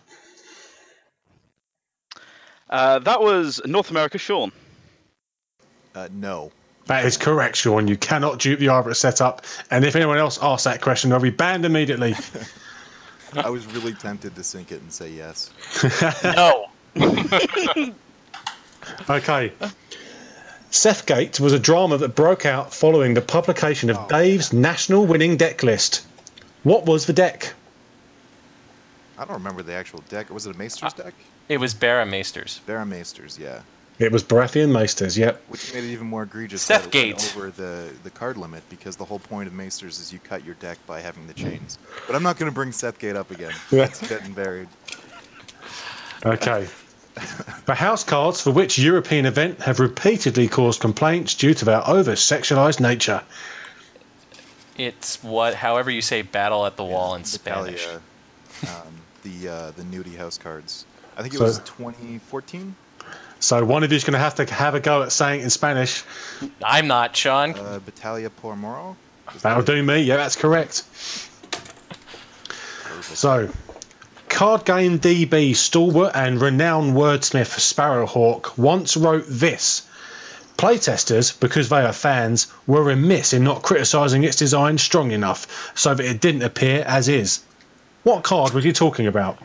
[SPEAKER 10] Uh, that was North America, Sean.
[SPEAKER 7] Uh, no.
[SPEAKER 3] That is correct, Sean. You cannot dupe the Arbor at setup. And if anyone else asks that question, they'll be banned immediately.
[SPEAKER 7] I was really tempted to sink it and say yes.
[SPEAKER 6] No.
[SPEAKER 3] Okay. Sethgate was a drama that broke out following the publication of Dave's national winning deck list. What was the deck?
[SPEAKER 7] I don't remember the actual deck. Was it a Maester's deck?
[SPEAKER 6] It was Baron Maesters.
[SPEAKER 7] Baron Maesters, yeah.
[SPEAKER 3] It was Baratheon Maesters, yep.
[SPEAKER 7] Which made it even more egregious
[SPEAKER 6] Seth
[SPEAKER 7] that it went
[SPEAKER 6] Gate.
[SPEAKER 7] over the, the card limit because the whole point of Maesters is you cut your deck by having the chains. But I'm not going to bring Seth Gate up again.
[SPEAKER 3] Yeah.
[SPEAKER 7] It's getting buried.
[SPEAKER 3] Okay. The house cards for which European event have repeatedly caused complaints due to their over sexualized nature.
[SPEAKER 6] It's what, however you say, battle at the wall in Spanish.
[SPEAKER 7] Italia, um, the uh, the nudie house cards. I think it
[SPEAKER 3] So-
[SPEAKER 7] was 2014.
[SPEAKER 3] So one of you's going to have to have a go at saying it in Spanish.
[SPEAKER 6] I'm not Sean.
[SPEAKER 7] Uh, Battalia por Moro.
[SPEAKER 3] That'll do me. Yeah, that's correct. So, card game DB stalwart and renowned wordsmith Sparrowhawk once wrote this. Playtesters, because they are fans, were remiss in not criticising its design strong enough so that it didn't appear as is. What card were you talking about?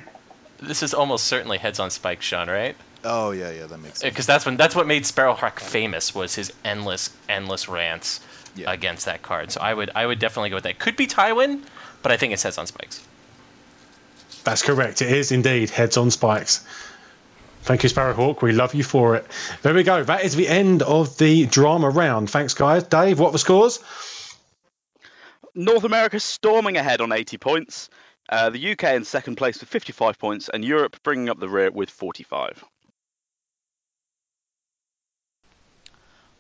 [SPEAKER 6] This is almost certainly heads on spikes, Sean, right?
[SPEAKER 7] Oh yeah, yeah, that makes sense.
[SPEAKER 6] Because Uh, that's when that's what made Sparrowhawk famous was his endless, endless rants
[SPEAKER 7] Yeah.
[SPEAKER 6] against that card. So I would, I would definitely go with that. Could be Tywin, but I think it heads on spikes.
[SPEAKER 3] That's correct. It is indeed heads on spikes. Thank you, Sparrowhawk. We love you for it. There we go. That is the end of the drama round. Thanks, guys. Dave, what were the scores?
[SPEAKER 10] North America storming ahead on 80 points. Uh, the UK in second place with 55 points, and Europe bringing up the rear with 45.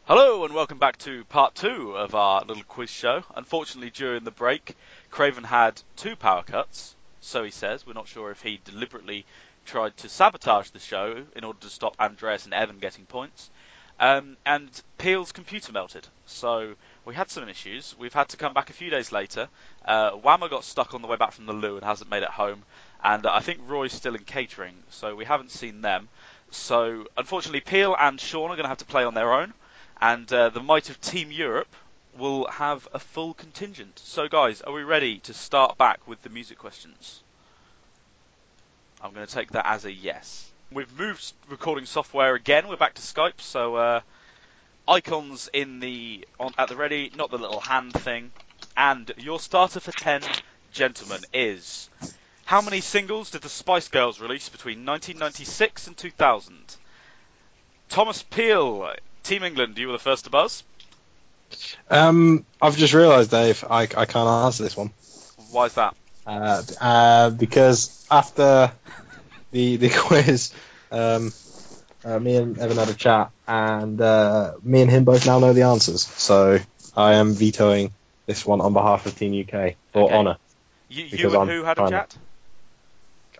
[SPEAKER 9] Hello and welcome back to part two of our little quiz show. Unfortunately, during the break, Craven had two power cuts, so he says. We're not sure if he deliberately tried to sabotage the show in order to stop Andreas and Evan getting points. Um, and Peel's computer melted, so we had some issues. We've had to come back a few days later. Uh, Whammer got stuck on the way back from the loo and hasn't made it home, and uh, I think Roy's still in catering, so we haven't seen them. So unfortunately, Peel and Sean are going to have to play on their own and uh, the might of Team Europe will have a full contingent. So, guys, are we ready to start back with the music questions? I'm going to take that as a yes. We've moved recording software again. We're back to Skype, so uh, icons in the on, at the ready, not the little hand thing. And your starter for ten, gentlemen, is how many singles did the Spice Girls release between 1996 and 2000? Thomas Peel, Team England, you were the first to buzz.
[SPEAKER 1] Um, I've just realised, Dave, I, I can't answer this one
[SPEAKER 9] Why is that?
[SPEAKER 1] uh, uh, because after the the quiz, um, uh, me and Evan had a chat, and uh, me and him both now know the answers. So I am vetoing this one on behalf of Team UK for
[SPEAKER 9] Okay.
[SPEAKER 1] honour.
[SPEAKER 9] You, you
[SPEAKER 1] Because
[SPEAKER 9] and
[SPEAKER 1] I'm
[SPEAKER 9] who had a
[SPEAKER 1] trying to-
[SPEAKER 9] chat?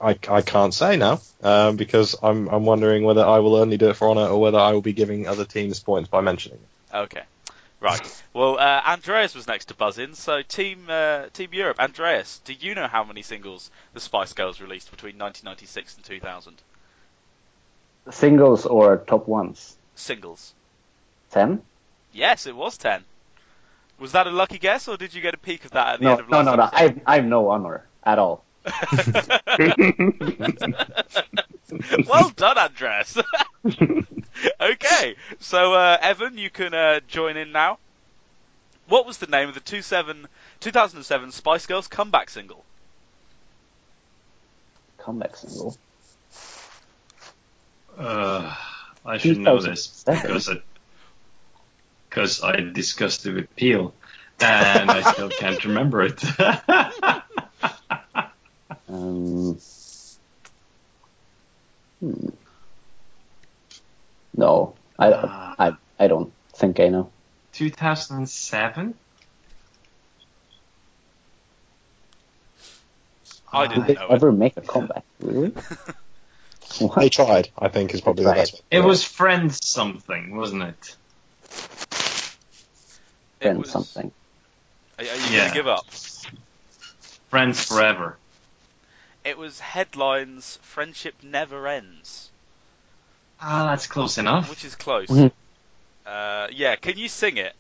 [SPEAKER 1] I, I can't say now um, because I'm I'm wondering whether I will only do it for honour or whether I will be giving other teams points by mentioning. it.
[SPEAKER 9] Okay. Right. Well, uh, Andreas was next to buzz in, so Team uh, Team Europe. Andreas, do you know how many singles the Spice Girls released between 1996 and 2000?
[SPEAKER 2] Singles or top ones?
[SPEAKER 9] Singles.
[SPEAKER 2] Ten?
[SPEAKER 9] Yes, it was 10. Was that a lucky guess, or did you get a peek of that at the
[SPEAKER 2] No,
[SPEAKER 9] end of
[SPEAKER 2] no,
[SPEAKER 9] last
[SPEAKER 2] no, no. I have, I have no honor at all.
[SPEAKER 9] episode? well done, Andreas. okay. So, uh, Evan, you can uh, join in now. What was the name of the 27 2007 Spice Girls comeback single?
[SPEAKER 2] Comeback single.
[SPEAKER 8] Uh, I should know this
[SPEAKER 2] 2007.
[SPEAKER 8] because I, because I discussed it with Peel, and I still can't remember it.
[SPEAKER 2] Um, hmm. No, I, I, I don't think I know.
[SPEAKER 8] 2007.
[SPEAKER 9] I
[SPEAKER 2] Did
[SPEAKER 9] didn't
[SPEAKER 2] they
[SPEAKER 9] know it.
[SPEAKER 2] ever make a comeback? Really?
[SPEAKER 1] They
[SPEAKER 2] What?
[SPEAKER 1] tried, I think, is probably the
[SPEAKER 2] Right.
[SPEAKER 1] best. way.
[SPEAKER 8] It was Friends something, wasn't it?
[SPEAKER 9] It
[SPEAKER 2] Friend
[SPEAKER 9] was-
[SPEAKER 2] something.
[SPEAKER 9] Are, are you going
[SPEAKER 8] Yeah.
[SPEAKER 9] to give up?
[SPEAKER 8] Friends Forever.
[SPEAKER 9] It was headlines. Friendship never ends,
[SPEAKER 8] Ah, that's close enough.
[SPEAKER 9] which is close.
[SPEAKER 2] Mhm.
[SPEAKER 9] Uh, yeah, can you sing it?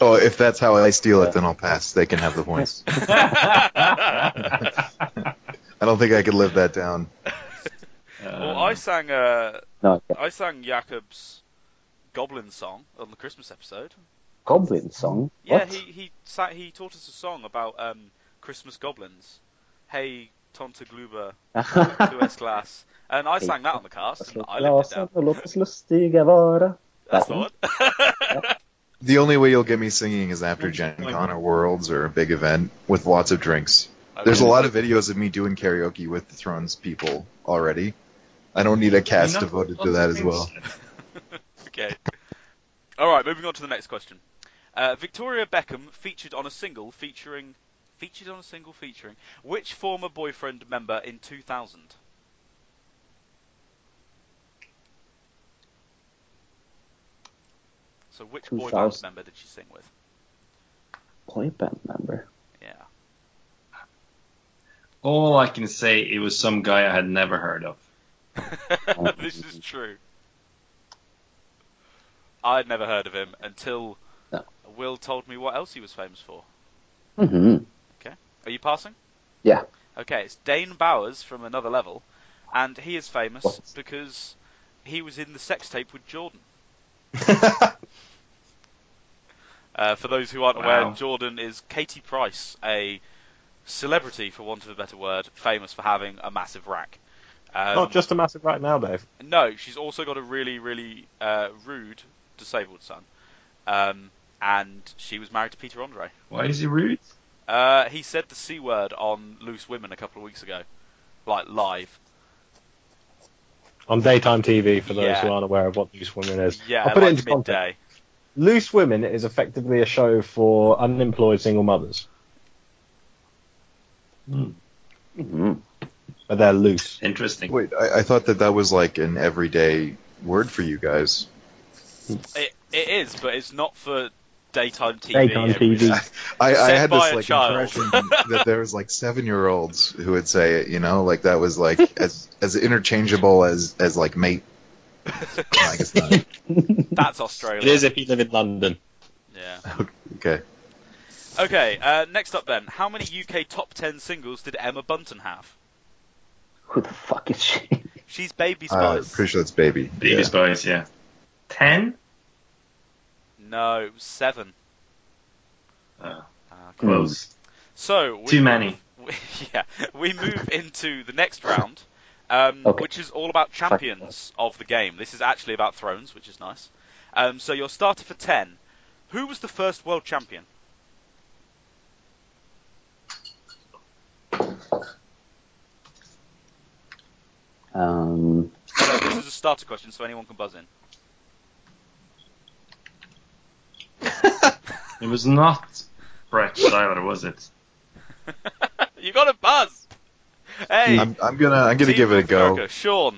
[SPEAKER 7] Oh, if that's how I steal it, then I'll pass. They can have the points. I don't think I could live that down.
[SPEAKER 9] well, I sang uh,
[SPEAKER 2] Um, No, yeah.
[SPEAKER 9] I sang Jacob's Goblin song on the Christmas episode.
[SPEAKER 2] Goblin song.
[SPEAKER 9] Yeah,
[SPEAKER 2] What?
[SPEAKER 9] he he sa he taught us a song about um, Christmas goblins. Hey, Tonta Gluba, du es glass. And I
[SPEAKER 2] Hey,
[SPEAKER 9] sang that on the cast, and I lived it
[SPEAKER 2] Glasen
[SPEAKER 9] down.
[SPEAKER 2] och låt oss lustiga vara.
[SPEAKER 9] That's
[SPEAKER 2] that
[SPEAKER 9] the
[SPEAKER 2] one?
[SPEAKER 9] one.
[SPEAKER 7] The only way you'll get me singing is after Gen Con or Worlds or a big event with lots of drinks. There's a lot of videos of me doing karaoke with the Thrones people already. I don't need a cast devoted to that as well.
[SPEAKER 9] Okay. All right, moving on to the next question. Uh, Victoria Beckham featured on a single featuring featured on a single featuring which former boyfriend member in 2000? So which boy band
[SPEAKER 2] 2000.
[SPEAKER 9] member did she sing with?
[SPEAKER 2] Boyband member.
[SPEAKER 9] Yeah.
[SPEAKER 8] All I can say, it was some guy I had never heard of.
[SPEAKER 9] this is true. I had never heard of him until
[SPEAKER 2] No.
[SPEAKER 9] Will told me what else he was famous for.
[SPEAKER 2] Mm-hmm.
[SPEAKER 9] Are you passing?
[SPEAKER 2] Yeah.
[SPEAKER 9] Okay, it's Dane Bowers from Another Level, and he is famous
[SPEAKER 2] What?
[SPEAKER 9] because he was in the sex tape with Jordan. uh, for those who aren't
[SPEAKER 8] Wow.
[SPEAKER 9] aware, Jordan is Katie Price, a celebrity, for want of a better word, famous for having a massive rack. Um,
[SPEAKER 1] Not just a massive right now, Dave.
[SPEAKER 9] no, she's also got a really, really uh, rude disabled son, um, and she was married to Peter Andre.
[SPEAKER 8] Why is he rude?
[SPEAKER 9] Uh, he said the c word on Loose Women a couple of weeks ago, like live.
[SPEAKER 1] on daytime TV for those
[SPEAKER 9] Yeah.
[SPEAKER 1] who aren't aware of what Loose Women is.
[SPEAKER 9] Yeah,
[SPEAKER 1] I'll put
[SPEAKER 9] like
[SPEAKER 1] it into
[SPEAKER 9] midday.
[SPEAKER 1] context. Loose Women is effectively a show for unemployed single mothers,
[SPEAKER 2] Mm-hmm.
[SPEAKER 1] but they're loose.
[SPEAKER 8] Interesting.
[SPEAKER 7] Wait, I, I thought that that was like an everyday word for you guys.
[SPEAKER 9] It, it is, but it's not for daytime TV.
[SPEAKER 1] Daytime
[SPEAKER 9] every
[SPEAKER 1] TV.
[SPEAKER 9] day.
[SPEAKER 7] I, I
[SPEAKER 9] Said
[SPEAKER 7] had
[SPEAKER 9] by
[SPEAKER 7] this
[SPEAKER 9] a
[SPEAKER 7] like
[SPEAKER 9] child.
[SPEAKER 7] impression that there was like seven year olds who would say it, you know, like that was like as as interchangeable as as like mate. No, I guess not.
[SPEAKER 9] That's Australia.
[SPEAKER 1] It is if you live in London.
[SPEAKER 9] Yeah.
[SPEAKER 7] Okay.
[SPEAKER 9] Okay. Uh, next up, then, how many UK top ten singles did Emma Bunton have?
[SPEAKER 2] Who the fuck is she?
[SPEAKER 9] She's Baby
[SPEAKER 7] Uh,
[SPEAKER 9] Spice.
[SPEAKER 7] pretty sure that's baby.
[SPEAKER 8] Baby
[SPEAKER 7] Yeah.
[SPEAKER 8] Spice, yeah. ten?
[SPEAKER 9] No, it was seven.
[SPEAKER 8] Oh,
[SPEAKER 9] Ah,
[SPEAKER 8] close.
[SPEAKER 9] So we
[SPEAKER 8] Too many.
[SPEAKER 9] we- yeah, we move into the next round, um,
[SPEAKER 8] Okay.
[SPEAKER 9] which is all about champions of the game. This is actually about thrones, which is nice. Um, so your starter for ten. Who was the first world champion?
[SPEAKER 2] Um,
[SPEAKER 9] this is a starter question, so anyone can buzz in.
[SPEAKER 8] It was not Brett Seiler, was it?
[SPEAKER 9] you got a buzz. Hey,
[SPEAKER 7] I'm, I'm gonna I'm gonna
[SPEAKER 9] Team
[SPEAKER 7] give it a
[SPEAKER 9] North
[SPEAKER 7] go.
[SPEAKER 9] America, Sean.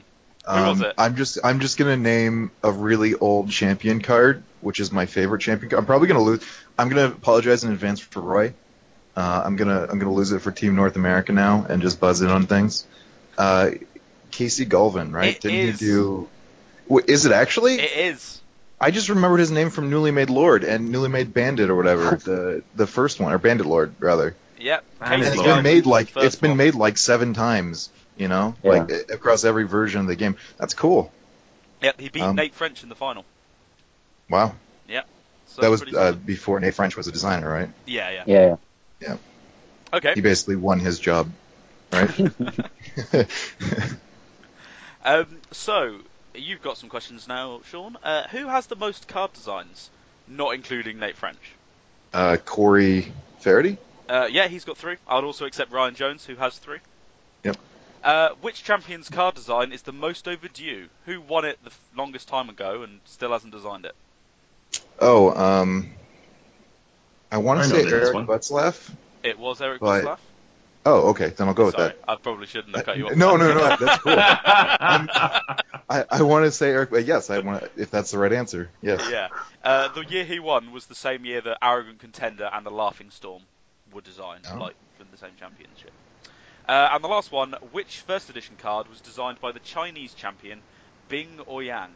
[SPEAKER 9] Who
[SPEAKER 7] Um,
[SPEAKER 9] was it?
[SPEAKER 7] I'm just I'm just gonna name a really old champion card, which is my favorite champion. card. I'm probably gonna lose. I'm gonna apologize in advance for Roy. Uh, I'm gonna I'm gonna lose it for Team North America now and just buzz in on things. Uh, Casey Galvin, right?
[SPEAKER 9] It
[SPEAKER 7] Didn't
[SPEAKER 9] is.
[SPEAKER 7] he do? Wait, is it actually?
[SPEAKER 9] It is.
[SPEAKER 7] I just remembered his name from Newly Made Lord and Newly Made Bandit or
[SPEAKER 9] Oh.
[SPEAKER 7] whatever the the first one or Bandit Lord rather.
[SPEAKER 9] Yep.
[SPEAKER 8] And
[SPEAKER 7] And
[SPEAKER 9] Casey
[SPEAKER 7] it's
[SPEAKER 8] Lord.
[SPEAKER 7] been
[SPEAKER 9] Jones
[SPEAKER 7] made
[SPEAKER 9] was
[SPEAKER 7] like
[SPEAKER 9] the first
[SPEAKER 7] it's been
[SPEAKER 9] one.
[SPEAKER 7] made like seven times. You know,
[SPEAKER 2] Yeah.
[SPEAKER 7] like a- across every version of the game. That's cool.
[SPEAKER 9] Yep, he beat
[SPEAKER 7] um,
[SPEAKER 9] Nate French in the final.
[SPEAKER 7] Wow.
[SPEAKER 9] So
[SPEAKER 7] that was
[SPEAKER 9] pretty
[SPEAKER 7] uh,
[SPEAKER 9] solid.
[SPEAKER 7] before Nate French was a designer, right?
[SPEAKER 9] yeah, yeah.
[SPEAKER 2] yeah.
[SPEAKER 9] Okay.
[SPEAKER 7] He basically won his job, right?
[SPEAKER 9] Um, so you've got some questions now, Sean. Uh, who has the most card designs, not including Nate French?
[SPEAKER 7] uh, Corey Faraday.
[SPEAKER 9] Uh, yeah, he's got three. I'd also accept Ryan Jones, who has three.
[SPEAKER 7] Yep.
[SPEAKER 9] Uh, which champion's card design is the most overdue? Who won it the f- longest time ago and still hasn't designed it?
[SPEAKER 7] Oh, um, I want
[SPEAKER 8] I
[SPEAKER 7] to
[SPEAKER 8] know
[SPEAKER 7] say
[SPEAKER 8] this
[SPEAKER 7] Eric
[SPEAKER 8] one.
[SPEAKER 7] Butzlaff.
[SPEAKER 9] It was Eric
[SPEAKER 7] Right.
[SPEAKER 9] Gustaf.
[SPEAKER 7] Oh, okay, then I'll go with
[SPEAKER 9] Sorry,
[SPEAKER 7] that. Uh,
[SPEAKER 9] I probably shouldn't have cut you off.
[SPEAKER 7] No, no, no, that's cool. I, I want to say Eric, but yes, I want if that's the right answer. Yes.
[SPEAKER 9] yeah. Uh, the year he won was the same year that Arrogant Contender and the Laughing Storm were designed,
[SPEAKER 7] Oh.
[SPEAKER 9] like from the same championship. Uh, and the last one, which first edition card was designed by the Chinese champion Bing Ouyang?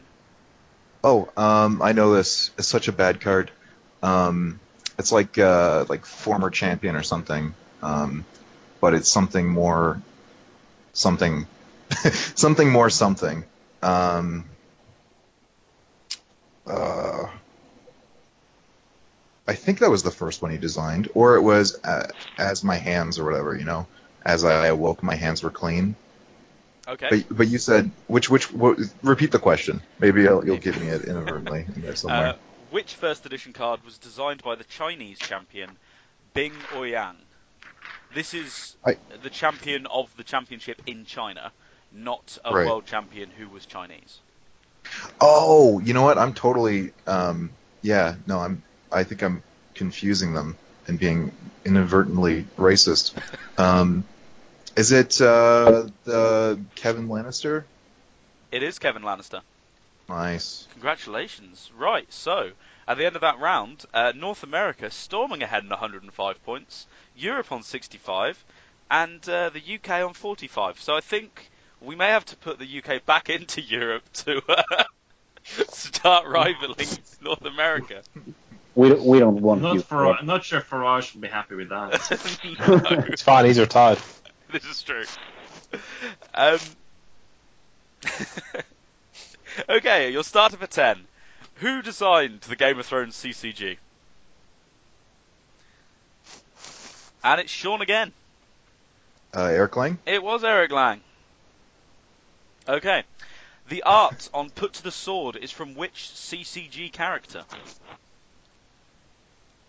[SPEAKER 7] Oh, um, I know this. It's such a bad card. Um, it's like uh, like former champion or something, um, but it's something more, something, something more something. Um, uh, I think that was the first one he designed, or it was uh, as my hands or whatever. You know, as I awoke, my hands were clean.
[SPEAKER 9] Okay.
[SPEAKER 7] But but you said which which what, repeat the question. Maybe you'll, you'll give me it inadvertently in there somewhere.
[SPEAKER 9] Uh, which first edition card was designed by the Chinese champion Bing Ouyang? This is
[SPEAKER 7] I-
[SPEAKER 9] the champion of the championship in China, not a
[SPEAKER 7] Right.
[SPEAKER 9] world champion who was Chinese.
[SPEAKER 7] Oh, you know what? I'm totally. Um, yeah, no, I'm. I think I'm confusing them and being inadvertently racist. Um, is it uh, the Kevin Lannister?
[SPEAKER 9] It is Kevin Lannister.
[SPEAKER 7] Nice.
[SPEAKER 9] Congratulations. Right, so at the end of that round, uh, North America storming ahead on 105 points, Europe on 65, and uh, the UK on 45. So I think we may have to put the UK back into Europe to uh, start rivaling North America.
[SPEAKER 2] We don't, we don't want you.
[SPEAKER 8] not for not sure Farage will be happy with that.
[SPEAKER 9] no,
[SPEAKER 1] It's fine. He's retired.
[SPEAKER 9] this is true. Um, okay, your starter for 10. Who designed the Game of Thrones CCG? And it's Sean again.
[SPEAKER 7] Uh, Eric Lang.
[SPEAKER 9] It was Eric Lang. Okay. The art on Put to the Sword is from which CCG character?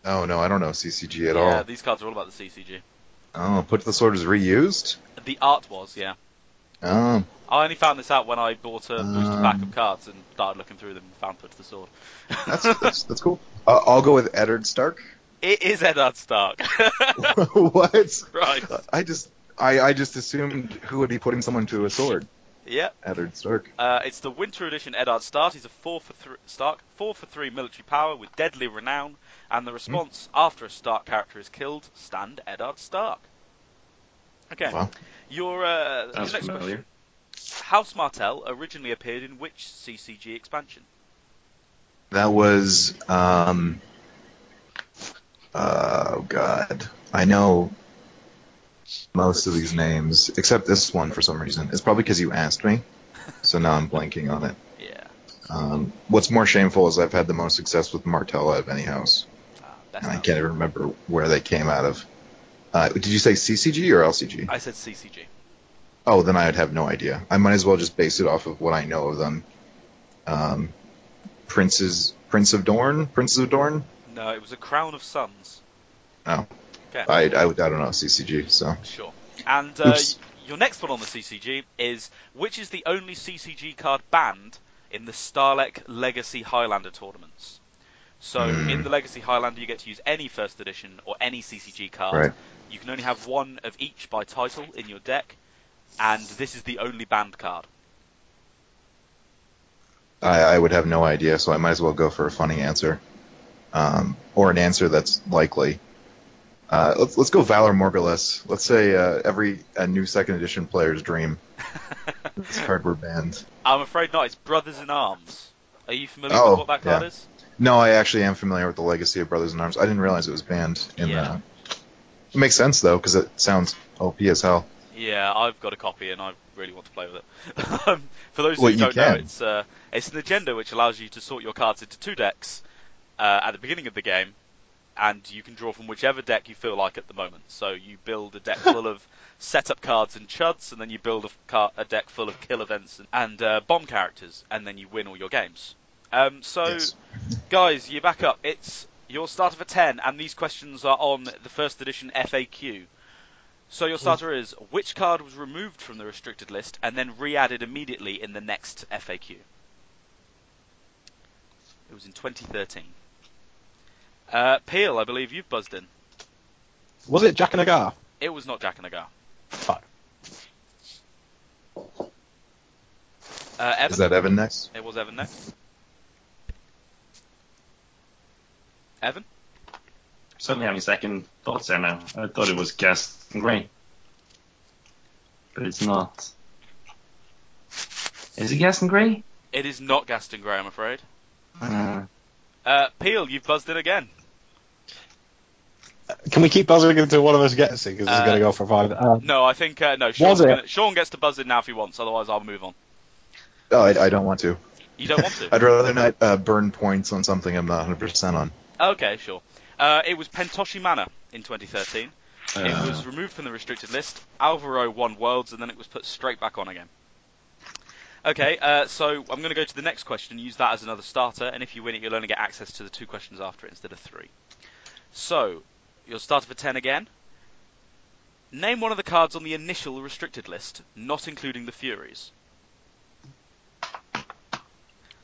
[SPEAKER 7] Oh no, I don't know CCG at
[SPEAKER 9] yeah,
[SPEAKER 7] all.
[SPEAKER 9] these cards are all about the CCG.
[SPEAKER 7] Oh, put to the sword is reused.
[SPEAKER 9] The art was, yeah.
[SPEAKER 7] Oh,
[SPEAKER 9] I only found this out when I bought a booster pack of cards and started looking through them and found Put to the Sword.
[SPEAKER 7] that's that's, that's cool. Uh, I'll go with Eddard Stark.
[SPEAKER 9] It is Eddard Stark.
[SPEAKER 7] what?
[SPEAKER 9] right.
[SPEAKER 7] I just I, I just assumed who would be putting someone to a sword.
[SPEAKER 9] Yep.
[SPEAKER 7] Eddard Stark.
[SPEAKER 9] Uh, it's the Winter Edition Eddard Stark. He's a four for three Stark, four for three military power with deadly renown, and
[SPEAKER 7] Hmm.
[SPEAKER 9] the response after a Stark character is killed: stand Eddard Stark. Okay.
[SPEAKER 7] Wow.
[SPEAKER 9] Your uh, your
[SPEAKER 8] That's
[SPEAKER 9] next
[SPEAKER 8] familiar.
[SPEAKER 9] question. House Martell originally appeared in which CCG expansion?
[SPEAKER 7] That was um oh god. I know most of these names except this one for some reason. It's probably because you asked me. So now I'm blanking on it.
[SPEAKER 9] Yeah.
[SPEAKER 7] Um, what's more shameful is I've had the most success with Martell out of any house. and
[SPEAKER 9] Uh,
[SPEAKER 7] I can't even remember where they came out of. Uh, did you say CCG or LCG?
[SPEAKER 9] I said CCG.
[SPEAKER 7] Oh, then I'd have no idea. I might as well just base it off of what I know of them. Um, Prince's Prince of Dorn, Prince of Dorn.
[SPEAKER 9] No, it was a crown of suns.
[SPEAKER 7] No,
[SPEAKER 9] Okay.
[SPEAKER 7] I, I, would- I don't know CCG. So
[SPEAKER 9] Sure. And uh,
[SPEAKER 7] Oops.
[SPEAKER 9] your next one on the CCG is which is the only CCG card banned in the Starlek Legacy Highlander tournaments. So
[SPEAKER 7] Hmm.
[SPEAKER 9] in the Legacy Highlander, you get to use any first edition or any CCG card.
[SPEAKER 7] Right.
[SPEAKER 9] You can only have one of each by title in your deck, and this is the only banned card.
[SPEAKER 7] I, I would have no idea. So I might as well go for a funny answer, um, or an answer that's likely. Uh, let's let's go Valor Morgulis. Let's say uh, every a new second edition player's dream. this card were banned.
[SPEAKER 9] I'm afraid not. It's Brothers in Arms. Are you familiar
[SPEAKER 7] Oh,
[SPEAKER 9] with what that card
[SPEAKER 7] yeah.
[SPEAKER 9] is?
[SPEAKER 7] No, I actually am familiar with the legacy of Brothers in Arms. I didn't realize it was banned in
[SPEAKER 9] Yeah.
[SPEAKER 7] the. It makes sense though, because it sounds OP as hell.
[SPEAKER 9] Yeah, I've got a copy and I really want to play with it. um, for those
[SPEAKER 7] Well,
[SPEAKER 9] who
[SPEAKER 7] you
[SPEAKER 9] don't know,
[SPEAKER 7] can.
[SPEAKER 9] it's uh, it's an agenda which allows you to sort your cards into two decks uh, at the beginning of the game, and you can draw from whichever deck you feel like at the moment. So you build a deck full of setup cards and chuds, and then you build a, f- car- a deck full of kill events and, and uh, bomb characters, and then you win all your games. Um, so, guys, you back up. It's your starter for 10, and these questions are on the first edition FAQ. So your
[SPEAKER 1] Hmm.
[SPEAKER 9] starter is which card was removed from the restricted list and then re-added immediately in the next FAQ. It was in 2013. Uh, Peel, I believe you've buzzed in.
[SPEAKER 1] Was it Jack and Agar?
[SPEAKER 9] It was not Jack and Agar.
[SPEAKER 1] Fuck.
[SPEAKER 9] Uh, Evan?
[SPEAKER 7] Is that Evan next?
[SPEAKER 9] It was Evan next. Evan?
[SPEAKER 8] Certainly having second thoughts there now. I thought it was Guest and Grey. But it's not. Is it Guest and Grey?
[SPEAKER 9] It is not Gaston Gray, I'm afraid.
[SPEAKER 8] Uh,
[SPEAKER 9] Uh, Peel, you've buzzed in again.
[SPEAKER 1] Can we keep buzzing until one of us gets it? Because it's
[SPEAKER 9] Uh,
[SPEAKER 1] going to go for five. Uh,
[SPEAKER 9] No, I think uh, no. Sean's
[SPEAKER 1] it?
[SPEAKER 9] gonna- Sean gets to buzz in now if he wants. Otherwise, I'll move on.
[SPEAKER 7] Oh, I, I don't want to.
[SPEAKER 9] You don't want to?
[SPEAKER 7] I'd rather not uh, burn points on something I'm not 100% on.
[SPEAKER 9] Okay, sure. Uh, it was Pentoshi Manor in 2013.
[SPEAKER 8] Uh.
[SPEAKER 9] It was removed from the restricted list. Alvaro won Worlds, and then it was put straight back on again. Okay, uh, so I'm going to go to the next question. Use that as another starter, and if you win it, you'll only get access to the two questions after it instead of three. So, you'll start for ten again. Name one of the cards on the initial restricted list, not including the Furies.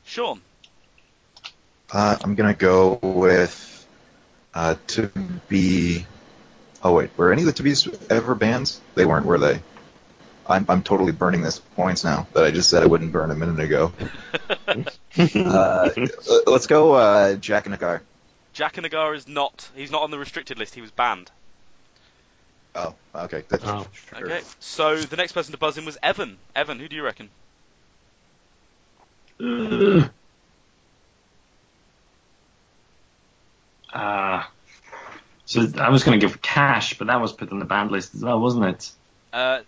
[SPEAKER 9] Sean,
[SPEAKER 7] Uh, I'm going to go with uh, To Be. Oh, wait. Were any of the To Be's ever banned? They weren't, were they? I'm, I'm totally burning this points now that I just said I wouldn't burn a minute ago. uh, l- let's go uh, Jack and Agar.
[SPEAKER 9] Jack Nagar is not. He's not on the restricted list. He was banned.
[SPEAKER 7] Oh, okay. That's
[SPEAKER 3] Oh.
[SPEAKER 7] sure.
[SPEAKER 9] Okay. So the next person to buzz in was Evan. Evan, who do you reckon?
[SPEAKER 8] uh, so I was going to give Cash, but that was put on the banned list as well, wasn't it?
[SPEAKER 9] Uh,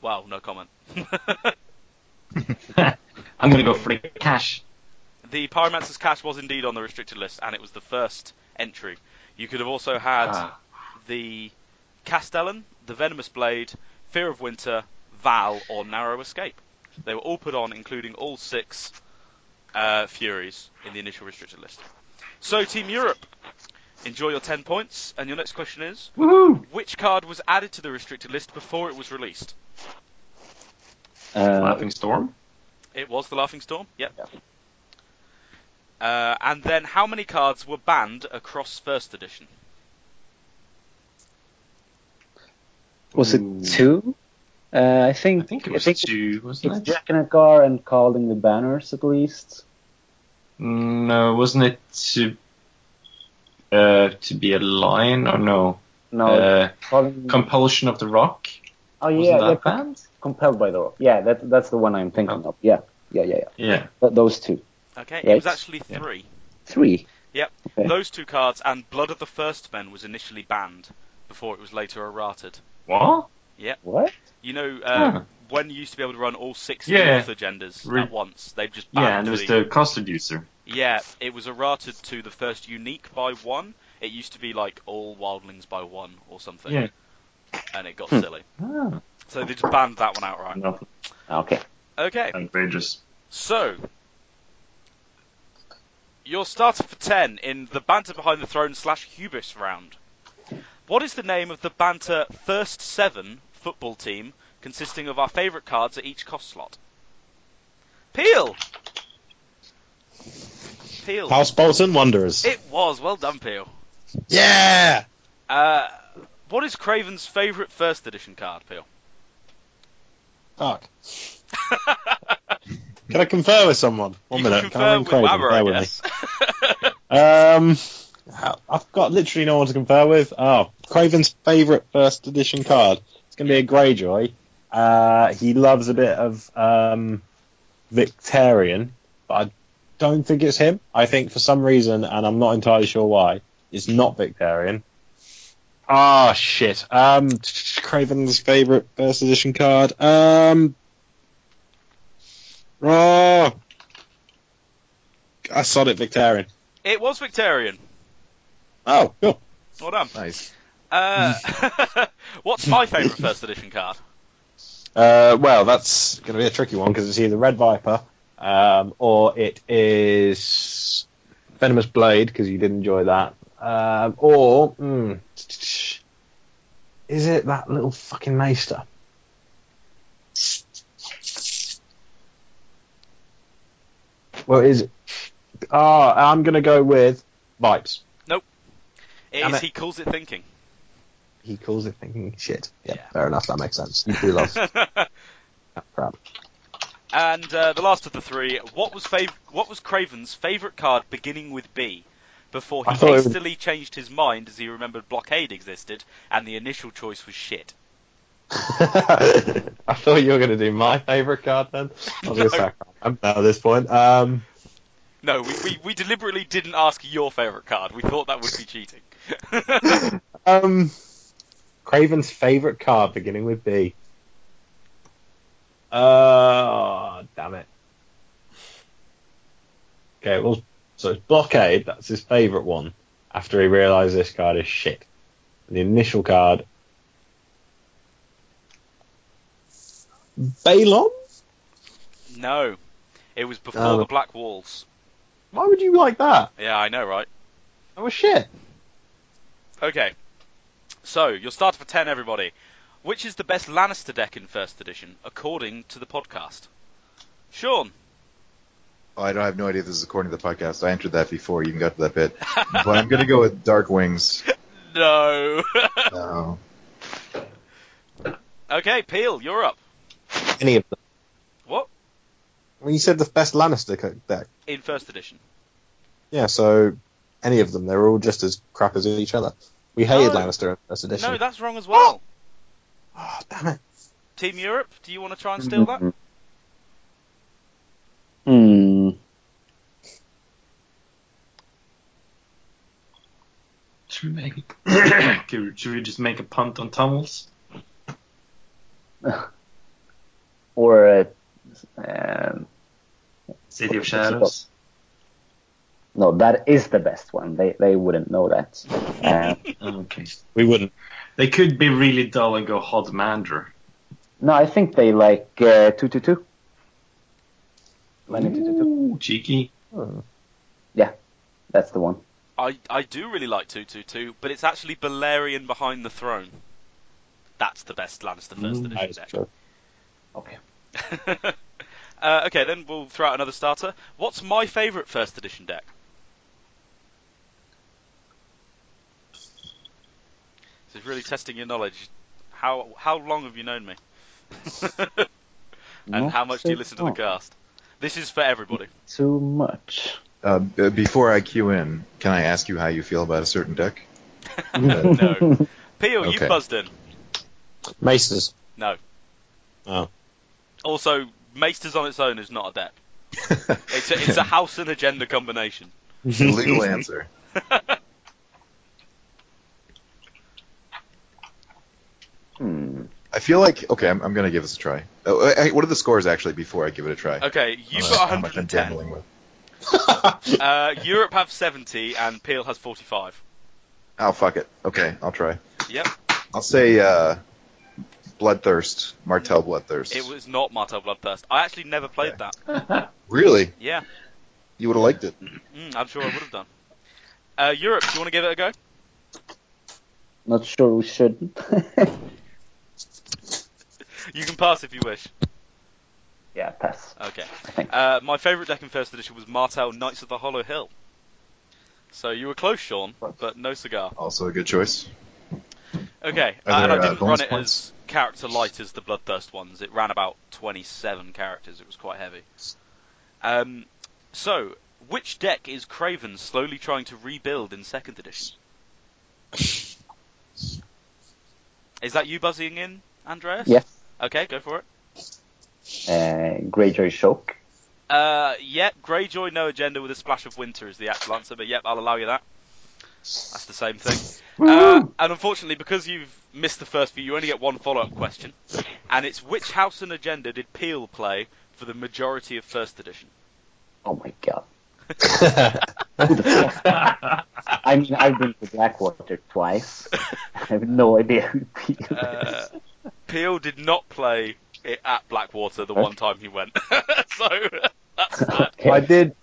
[SPEAKER 9] well, no comment.
[SPEAKER 8] I'm going to go for Cash.
[SPEAKER 9] the Pyromancer's Cash was indeed on the restricted list, and it was the first entry. You could have also had
[SPEAKER 8] Ah.
[SPEAKER 9] the Castellan, the Venomous Blade, Fear of Winter, Val, or Narrow Escape. They were all put on, including all six uh, Furies in the initial restricted list. So, Team Europe, enjoy your 10 points, and your next question is
[SPEAKER 8] Woohoo!
[SPEAKER 9] Which card was added to the restricted list before it was released?
[SPEAKER 8] Laughing Storm.
[SPEAKER 9] It was the Laughing Storm. Yep. Uh, and then, how many cards were banned across First Edition?
[SPEAKER 2] Was
[SPEAKER 8] Ooh.
[SPEAKER 2] it two? Uh, I think
[SPEAKER 8] I think it
[SPEAKER 2] I
[SPEAKER 8] was
[SPEAKER 2] think
[SPEAKER 8] two, wasn't
[SPEAKER 2] it's
[SPEAKER 8] it?
[SPEAKER 2] Jack and Agar and calling the banners at least.
[SPEAKER 8] No, wasn't it to uh, to be a lion or no?
[SPEAKER 2] No,
[SPEAKER 8] Uh,
[SPEAKER 2] calling.
[SPEAKER 8] Compulsion of the Rock.
[SPEAKER 2] oh
[SPEAKER 8] Wasn't
[SPEAKER 2] yeah,
[SPEAKER 8] that
[SPEAKER 2] yeah,
[SPEAKER 8] banned?
[SPEAKER 2] compelled by the rock. Yeah, that that's the one I'm thinking of. Yeah, yeah, yeah, yeah.
[SPEAKER 8] Yeah.
[SPEAKER 2] Th- those two,
[SPEAKER 9] Okay, it
[SPEAKER 2] Right.
[SPEAKER 9] was actually
[SPEAKER 8] Yeah.
[SPEAKER 9] three.
[SPEAKER 2] three. Yeah.
[SPEAKER 9] Those two cards and Blood of the First Men was initially banned before it was later errated.
[SPEAKER 8] What?
[SPEAKER 9] Yep.
[SPEAKER 2] What?
[SPEAKER 9] You know, uh,
[SPEAKER 3] Huh.
[SPEAKER 9] when you used to be able to run all six
[SPEAKER 3] Yeah.
[SPEAKER 9] of the agendas
[SPEAKER 3] Re-
[SPEAKER 9] at once, they've just
[SPEAKER 3] Yeah,
[SPEAKER 9] banned
[SPEAKER 3] and it was
[SPEAKER 9] the-
[SPEAKER 3] the cost reducer.
[SPEAKER 9] Yeah, it was errated to the first unique by one. It used to be like all wildlings by one or something.
[SPEAKER 3] Yeah.
[SPEAKER 9] And it got
[SPEAKER 3] Hmm.
[SPEAKER 9] silly.
[SPEAKER 3] Ah,
[SPEAKER 9] So they just banned that one outright.
[SPEAKER 3] no.
[SPEAKER 2] Okay.
[SPEAKER 9] Okay,
[SPEAKER 3] Outrageous.
[SPEAKER 9] so. Your starter for 10 in the Banter Behind the Throne slash Hubris round. What is the name of the Banter First 7 football team consisting of our favourite cards at each cost slot? Peel! Peel.
[SPEAKER 1] House Bolton Wanderers.
[SPEAKER 9] It was. Well done, Peel.
[SPEAKER 1] Yeah.
[SPEAKER 9] Uh, what is Craven's favourite first edition card, Peel?
[SPEAKER 1] Fuck. Can I confer with someone? One
[SPEAKER 9] You
[SPEAKER 1] minute.
[SPEAKER 9] can
[SPEAKER 1] Can I
[SPEAKER 9] confer
[SPEAKER 1] ring
[SPEAKER 9] with
[SPEAKER 1] Craven?
[SPEAKER 9] Wabber,
[SPEAKER 1] Bear
[SPEAKER 9] I
[SPEAKER 1] with me.
[SPEAKER 9] guess.
[SPEAKER 1] Um, I've got literally no one to compare with. Oh, Craven's favourite first edition card. It's going to be a Greyjoy. Uh, he loves a bit of um, Victorian, but I don't think it's him. I think for some reason, and I'm not entirely sure why, it's not Victorian. Ah, shit. Um, Craven's favourite first edition card. Um, oh, I sod it, Victorian.
[SPEAKER 9] it was Victorian.
[SPEAKER 1] Oh, cool.
[SPEAKER 9] Well done.
[SPEAKER 7] Nice.
[SPEAKER 9] Uh, what's my favourite first edition card?
[SPEAKER 1] Uh, well, that's going to be a tricky one because it's either Red Viper um, or it is Venomous Blade because you did enjoy that, um, or mm, is it that little fucking Maester? Well, is it? Ah, I'm going to go with Vipes.
[SPEAKER 9] It
[SPEAKER 1] Damn
[SPEAKER 9] is
[SPEAKER 1] it.
[SPEAKER 9] He Calls It Thinking.
[SPEAKER 1] He calls it thinking shit. Yeah,
[SPEAKER 9] Yeah.
[SPEAKER 1] fair enough. That makes sense. You do love that crap.
[SPEAKER 9] and uh, the last of the three, what was fav- what was Craven's favourite card beginning with B? Before he
[SPEAKER 1] I thought it was-
[SPEAKER 9] hastily changed his mind as he remembered blockade existed and the initial choice was shit.
[SPEAKER 1] I thought you were going to do my favourite card then. I was going to say, I can't remember at this point. Um,
[SPEAKER 9] No, we, we, we deliberately didn't ask your favourite card. We thought that would be cheating.
[SPEAKER 1] um, Craven's favourite card beginning with B. Uh, oh, damn it. Okay, well, so it's Blockade, that's his favourite one, after he realises this card is shit. And the initial card. Balon?
[SPEAKER 9] no, it was before
[SPEAKER 1] Oh.
[SPEAKER 9] the Black Walls.
[SPEAKER 1] Why would you like that?
[SPEAKER 9] Yeah, I know, right?
[SPEAKER 1] That was shit.
[SPEAKER 9] Okay, so your starter for ten, everybody. Which is the best Lannister deck in First Edition, according to the podcast? Sean.
[SPEAKER 7] Oh, I don't I have no idea. if This is according to the podcast. I entered that before you even got to that bit, but I'm gonna go with Dark Wings. uh,
[SPEAKER 9] No.
[SPEAKER 7] No.
[SPEAKER 9] okay, Peel, you're up.
[SPEAKER 1] Any of them.
[SPEAKER 9] What?
[SPEAKER 1] When you said the best Lannister co- deck,
[SPEAKER 9] In First Edition.
[SPEAKER 1] yeah, so any of them, they're all just as crap as each other. We hated
[SPEAKER 9] No.
[SPEAKER 1] Lannister in first edition.
[SPEAKER 9] No, that's wrong as well.
[SPEAKER 1] oh, damn it.
[SPEAKER 9] Team Europe, do you want to try and steal that?
[SPEAKER 2] Hmm.
[SPEAKER 3] Should we, make... Should we- should we just make a punt on tunnels?
[SPEAKER 2] Or uh, um,
[SPEAKER 3] City of
[SPEAKER 2] What's it called?
[SPEAKER 3] Shadows.
[SPEAKER 2] no, that is the best one. They they wouldn't know that. Uh,
[SPEAKER 3] Okay.
[SPEAKER 1] We wouldn't.
[SPEAKER 3] They could be really dull and go Hod Mander.
[SPEAKER 2] no, I think they like uh, two two two. Landing two two two.
[SPEAKER 3] Ooh, cheeky.
[SPEAKER 2] That's the one.
[SPEAKER 9] I, I do really like 222, but it's actually Balerion behind the throne. That's the best Lannister First
[SPEAKER 3] Mm,
[SPEAKER 1] That
[SPEAKER 9] Edition
[SPEAKER 1] is
[SPEAKER 9] deck.
[SPEAKER 1] true.
[SPEAKER 9] uh, okay, then we'll throw out another starter. What's my favourite First Edition deck? This is really testing your knowledge. How how long have you known me? and
[SPEAKER 2] Not
[SPEAKER 9] how much do you
[SPEAKER 2] so
[SPEAKER 9] listen to the
[SPEAKER 2] long.
[SPEAKER 9] cast? This is for everybody.
[SPEAKER 2] Too much.
[SPEAKER 7] Uh, b- before I queue in, can I ask you how you feel about a certain deck?
[SPEAKER 9] no. Peel, you
[SPEAKER 7] Okay.
[SPEAKER 9] buzzed in.
[SPEAKER 1] Maces.
[SPEAKER 9] Also, Maesters on its own is not a deck. It's a, it's a house and agenda combination.
[SPEAKER 7] legal answer.
[SPEAKER 2] Hmm.
[SPEAKER 7] I feel like okay. I'm, I'm gonna give this a try. Oh, I, I- what are the scores actually before I give it a try?
[SPEAKER 9] Okay, you've
[SPEAKER 7] Uh,
[SPEAKER 9] got
[SPEAKER 7] how much I'm
[SPEAKER 9] 110.
[SPEAKER 7] gambling with.
[SPEAKER 9] Uh, Europe have 70 and Peel has 45.
[SPEAKER 7] Oh fuck it. Okay, I'll try.
[SPEAKER 9] Yep.
[SPEAKER 7] I'll say uh, Bloodthirst, Martel Bloodthirst.
[SPEAKER 9] It was not Martel Bloodthirst. I actually never played that.
[SPEAKER 7] really?
[SPEAKER 9] Yeah,
[SPEAKER 7] You would have liked it.
[SPEAKER 9] mm, I'm sure I would have done. Uh, Europe, do you want to give it a go?
[SPEAKER 2] Not sure we shouldn't.
[SPEAKER 9] You can pass if you wish.
[SPEAKER 2] yeah, pass.
[SPEAKER 9] Okay. Uh, my favourite deck in first edition was Martel Knights of the Hollow Hill. So you were close, Sean, but no cigar.
[SPEAKER 7] Also a good choice.
[SPEAKER 9] Okay,
[SPEAKER 7] Are
[SPEAKER 9] uh, and
[SPEAKER 7] there,
[SPEAKER 9] I
[SPEAKER 7] uh,
[SPEAKER 9] didn't run
[SPEAKER 7] bonus
[SPEAKER 9] it as character light as the Bloodthirst ones. It ran about 27 characters. It was quite heavy. Um, so, which deck is Craven slowly trying to rebuild in second edition? Is that you buzzing in, Andreas?
[SPEAKER 2] Yes.
[SPEAKER 9] Okay, go for it.
[SPEAKER 2] Uh, Greyjoy Shock.
[SPEAKER 9] Uh, yep, Greyjoy no agenda with a splash of winter is the actual answer, but yep, I'll allow you that. That's the same thing. Uh, and unfortunately, because you've missed the first few, you only get one follow-up question, and it's which house and agenda did Peel play for the majority of first edition?
[SPEAKER 2] Oh my god. Who the fuck? I mean, I've been to Blackwater twice. I have no idea who Peel
[SPEAKER 9] Uh,
[SPEAKER 2] is.
[SPEAKER 9] Peel did not play it at Blackwater the one time he went, so that's sad.
[SPEAKER 1] I did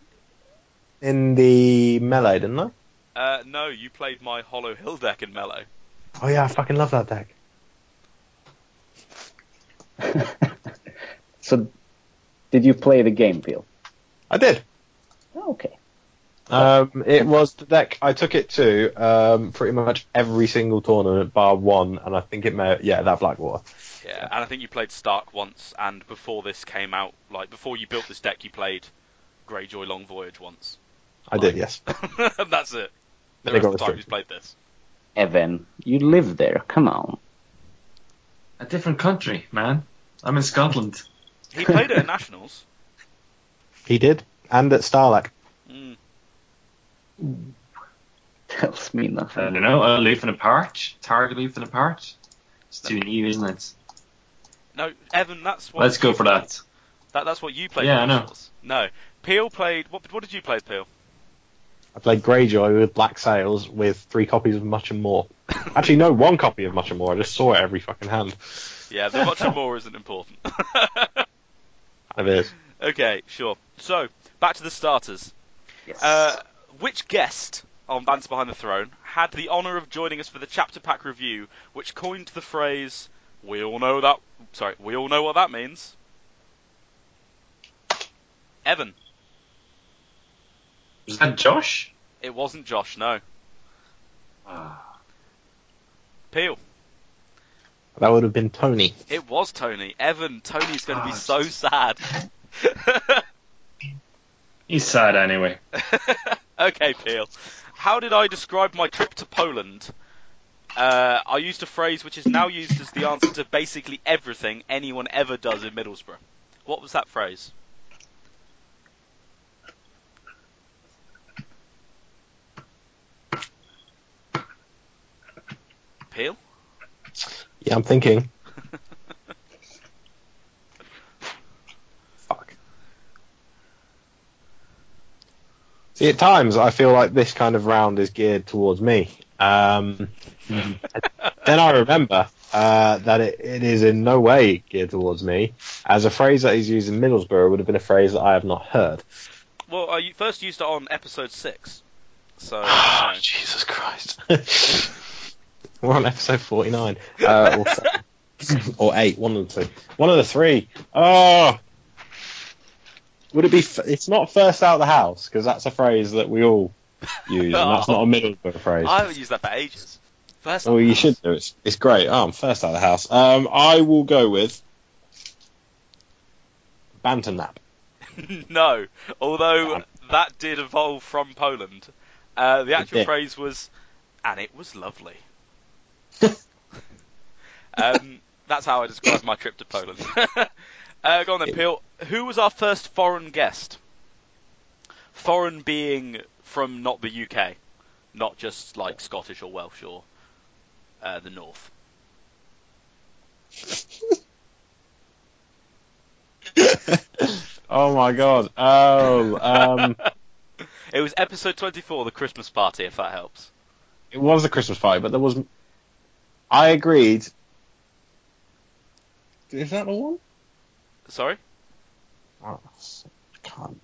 [SPEAKER 1] in the melee, didn't I?
[SPEAKER 9] Uh, no, you played my Hollow Hill deck in Mellow.
[SPEAKER 1] Oh yeah, I fucking love that deck.
[SPEAKER 2] So, did you play the game, Peel?
[SPEAKER 1] I did.
[SPEAKER 2] Okay.
[SPEAKER 1] Um, it was the deck I took it to um, pretty much every single tournament bar one, and I think it may yeah that Blackwater.
[SPEAKER 9] Yeah, and I think you played Stark once, and before this came out, like before you built this deck, you played Greyjoy Long Voyage once.
[SPEAKER 1] I did yes.
[SPEAKER 9] and that's it.
[SPEAKER 1] They
[SPEAKER 9] The rest
[SPEAKER 1] got
[SPEAKER 9] of the time you
[SPEAKER 1] restricted.
[SPEAKER 9] played this.
[SPEAKER 2] Evan, you live there. Come on.
[SPEAKER 8] A different country, man. I'm in Scotland.
[SPEAKER 9] He played it at Nationals.
[SPEAKER 1] He did, and at Starlack.
[SPEAKER 9] Mm.
[SPEAKER 2] Tells me
[SPEAKER 8] I
[SPEAKER 2] nothing.
[SPEAKER 8] don't know, a leaf and a parch. Target leaf and a parch. It's too new, isn't it?
[SPEAKER 9] No, Evan, that's what.
[SPEAKER 8] Let's go for that.
[SPEAKER 9] that. That's what you played.
[SPEAKER 8] Yeah,
[SPEAKER 9] at
[SPEAKER 8] I know.
[SPEAKER 9] Nationals. No, Peel played. What, what did you play, as Peel?
[SPEAKER 1] I played Greyjoy with Black Sails with three copies of Much and More. Actually, no, one copy of Much and More. I just saw it every fucking hand.
[SPEAKER 9] Yeah, the much more isn't important.
[SPEAKER 1] It is.
[SPEAKER 9] okay, sure. So back to the starters.
[SPEAKER 2] Yes.
[SPEAKER 9] Uh, which guest on Bands Behind the Throne had the honour of joining us for the chapter pack review, which coined the phrase "We all know that." Sorry, we all know what that means. Evan,
[SPEAKER 8] Was that Josh?
[SPEAKER 9] it wasn't Josh. No,
[SPEAKER 8] Ah,
[SPEAKER 9] Peel,
[SPEAKER 1] That would have been Tony.
[SPEAKER 9] it was Tony. Evan, Tony's going to be
[SPEAKER 8] Ah,
[SPEAKER 9] so sad.
[SPEAKER 8] he's sad anyway.
[SPEAKER 9] okay, Peel. How did I describe my trip to Poland? Uh, I used a phrase which is now used as the answer to basically everything anyone ever does in Middlesbrough. What was that phrase? Peel?
[SPEAKER 1] Yeah, I'm thinking. Fuck. See, at times I feel like this kind of round is geared towards me. Um, then I remember uh, that it, it is in no way geared towards me, as a phrase that is used in Middlesbrough would have been a phrase that I have not heard.
[SPEAKER 9] Well, I u- first used it on episode 6. So,
[SPEAKER 1] Oh,
[SPEAKER 9] no.
[SPEAKER 1] Jesus Christ. We're on episode 49. Uh, or, seven. or 8, one of the two. One of the three. Oh! Would it be. F- it's not first out of the house, because that's a phrase that we all use, and that's not a Middlesbrough phrase.
[SPEAKER 9] I haven't used that for ages. First
[SPEAKER 1] Oh, you should do it. It's, it's great. Oh, I'm first out of the house. Um, I will go with. Banter nap.
[SPEAKER 9] no, although that did evolve from Poland. Uh, the actual
[SPEAKER 1] did.
[SPEAKER 9] phrase was, and it was lovely. um, that's how I described my trip to Poland. uh, go on then, Peel. Who was our first foreign guest? Foreign being from not the UK, not just like Scottish or Welsh or uh, the North.
[SPEAKER 13] oh my god. Oh, um,
[SPEAKER 9] It was episode 24, the Christmas party, if that helps.
[SPEAKER 13] it was a Christmas party, but there was. I agreed. Is that the one?
[SPEAKER 9] Sorry?
[SPEAKER 13] Oh, I can't.